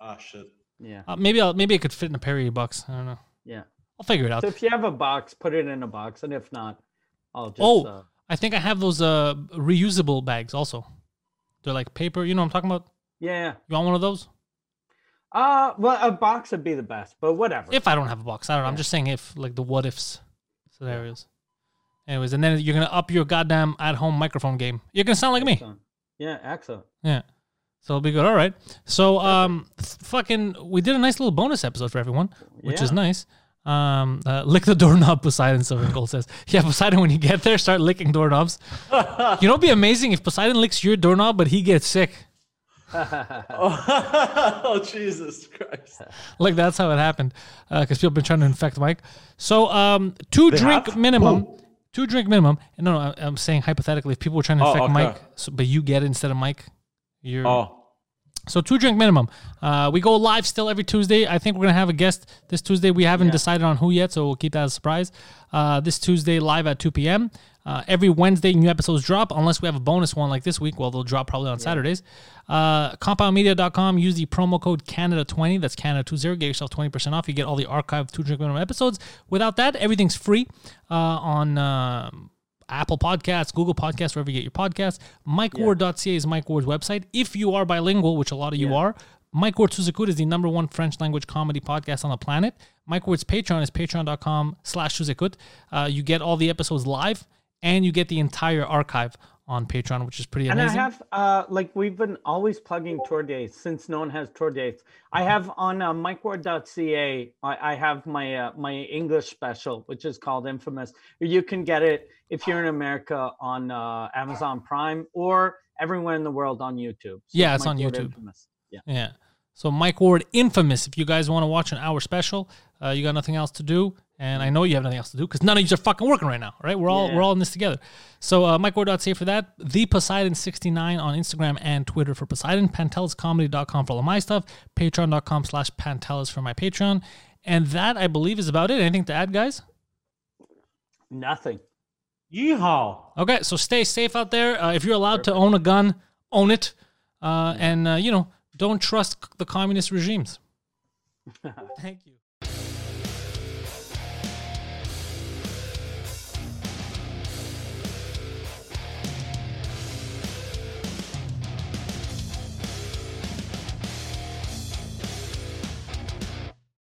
S3: Ah, shit.
S2: Yeah.
S1: Uh, maybe I'll maybe it could fit in a pair of your bucks. I don't know.
S2: Yeah.
S1: I'll figure it out.
S2: So if you have a box, put it in a box, and if not, I'll just.
S1: Oh.
S2: uh,
S1: I think I have those uh reusable bags also. They're like paper. You know what I'm talking about.
S2: yeah.
S1: You want one of those?
S2: Uh, well, a box would be the best, but whatever.
S1: If I don't have a box, I don't know. I'm
S2: Yeah.
S1: just saying if like the what ifs scenarios. Anyways, and then you're gonna up your goddamn at home microphone game. You're gonna sound like me.
S2: Excellent. Yeah, excellent.
S1: Yeah. So it'll be good. All right. So um, f- fucking, we did a nice little bonus episode for everyone, which is
S2: Yeah.
S1: nice. Um, uh, lick the doorknob, Poseidon. Sylvan
S2: [laughs]
S1: Gold says, "Yeah, Poseidon. When you get there, start licking doorknobs. you know, it'd be amazing if Poseidon licks your doorknob, but he gets sick.
S3: [laughs] oh Jesus Christ!
S1: [laughs] Like that's how it happened, because people have been trying to infect Mike. So um, two drink
S3: have?
S1: minimum,
S3: Who?
S1: two drink minimum. And no, no, I- I'm saying hypothetically, if people were trying to
S3: Oh,
S1: infect
S3: okay.
S1: Mike, so, but you get it instead of Mike, you're
S3: Oh,
S1: So two drink minimum. Uh, we go live still every Tuesday. I think we're gonna have a guest this Tuesday. We haven't decided on who yet, so we'll keep that as a surprise. Uh, this Tuesday live at 2 p.m. Uh, every Wednesday, new episodes drop unless we have a bonus one like this week. Well, they'll drop probably on Saturdays. Uh, CompoundMedia.com. Use the promo code Canada20. That's Canada20. Get yourself 20% off. You get all the archived two drink minimum episodes. Without that, everything's free uh, on. um Apple Podcasts, Google Podcasts, wherever you get your podcasts. MikeWard.ca is Mike Ward's website. If you are bilingual, which a lot of you are, Mike Ward Suzukuta is the number one French language comedy podcast on the planet. Mike Ward's Patreon is patreon.com slash Suzukut. Uh, you get all the episodes live and you get the entire archive on Patreon, which is pretty
S2: And I
S1: amazing.
S2: have, uh, like, we've been always plugging tour dates since no one has tour dates. I have on uh, micward.ca, I, I have my uh, my English special, which is called Infamous. You can get it if you're in America on uh, Amazon Prime or everywhere in the world on YouTube. So
S1: Yeah, it's on
S2: Mike Ward
S1: YouTube.
S2: Infamous. Yeah.
S1: yeah. So Mike Ward Infamous. If you guys want to watch an hour special, uh, you got nothing else to do. And I know you have nothing else to do because none of you are fucking working right now, right? We're all
S2: Yeah.
S1: we're all in this together. So uh, MikeWard.ca for that. The Poseidon69 on Instagram and Twitter for Poseidon. PantelisComedy.com for all of my stuff. Patreon.com slash Pantelis for my Patreon. And that I believe is about it. Anything to add, guys?
S2: Nothing.
S3: yeehaw!
S1: Okay, so stay safe out there. Uh, if you're allowed to own a gun, own it. Uh, And uh, you know, don't trust c- the communist regimes. [laughs] Thank you.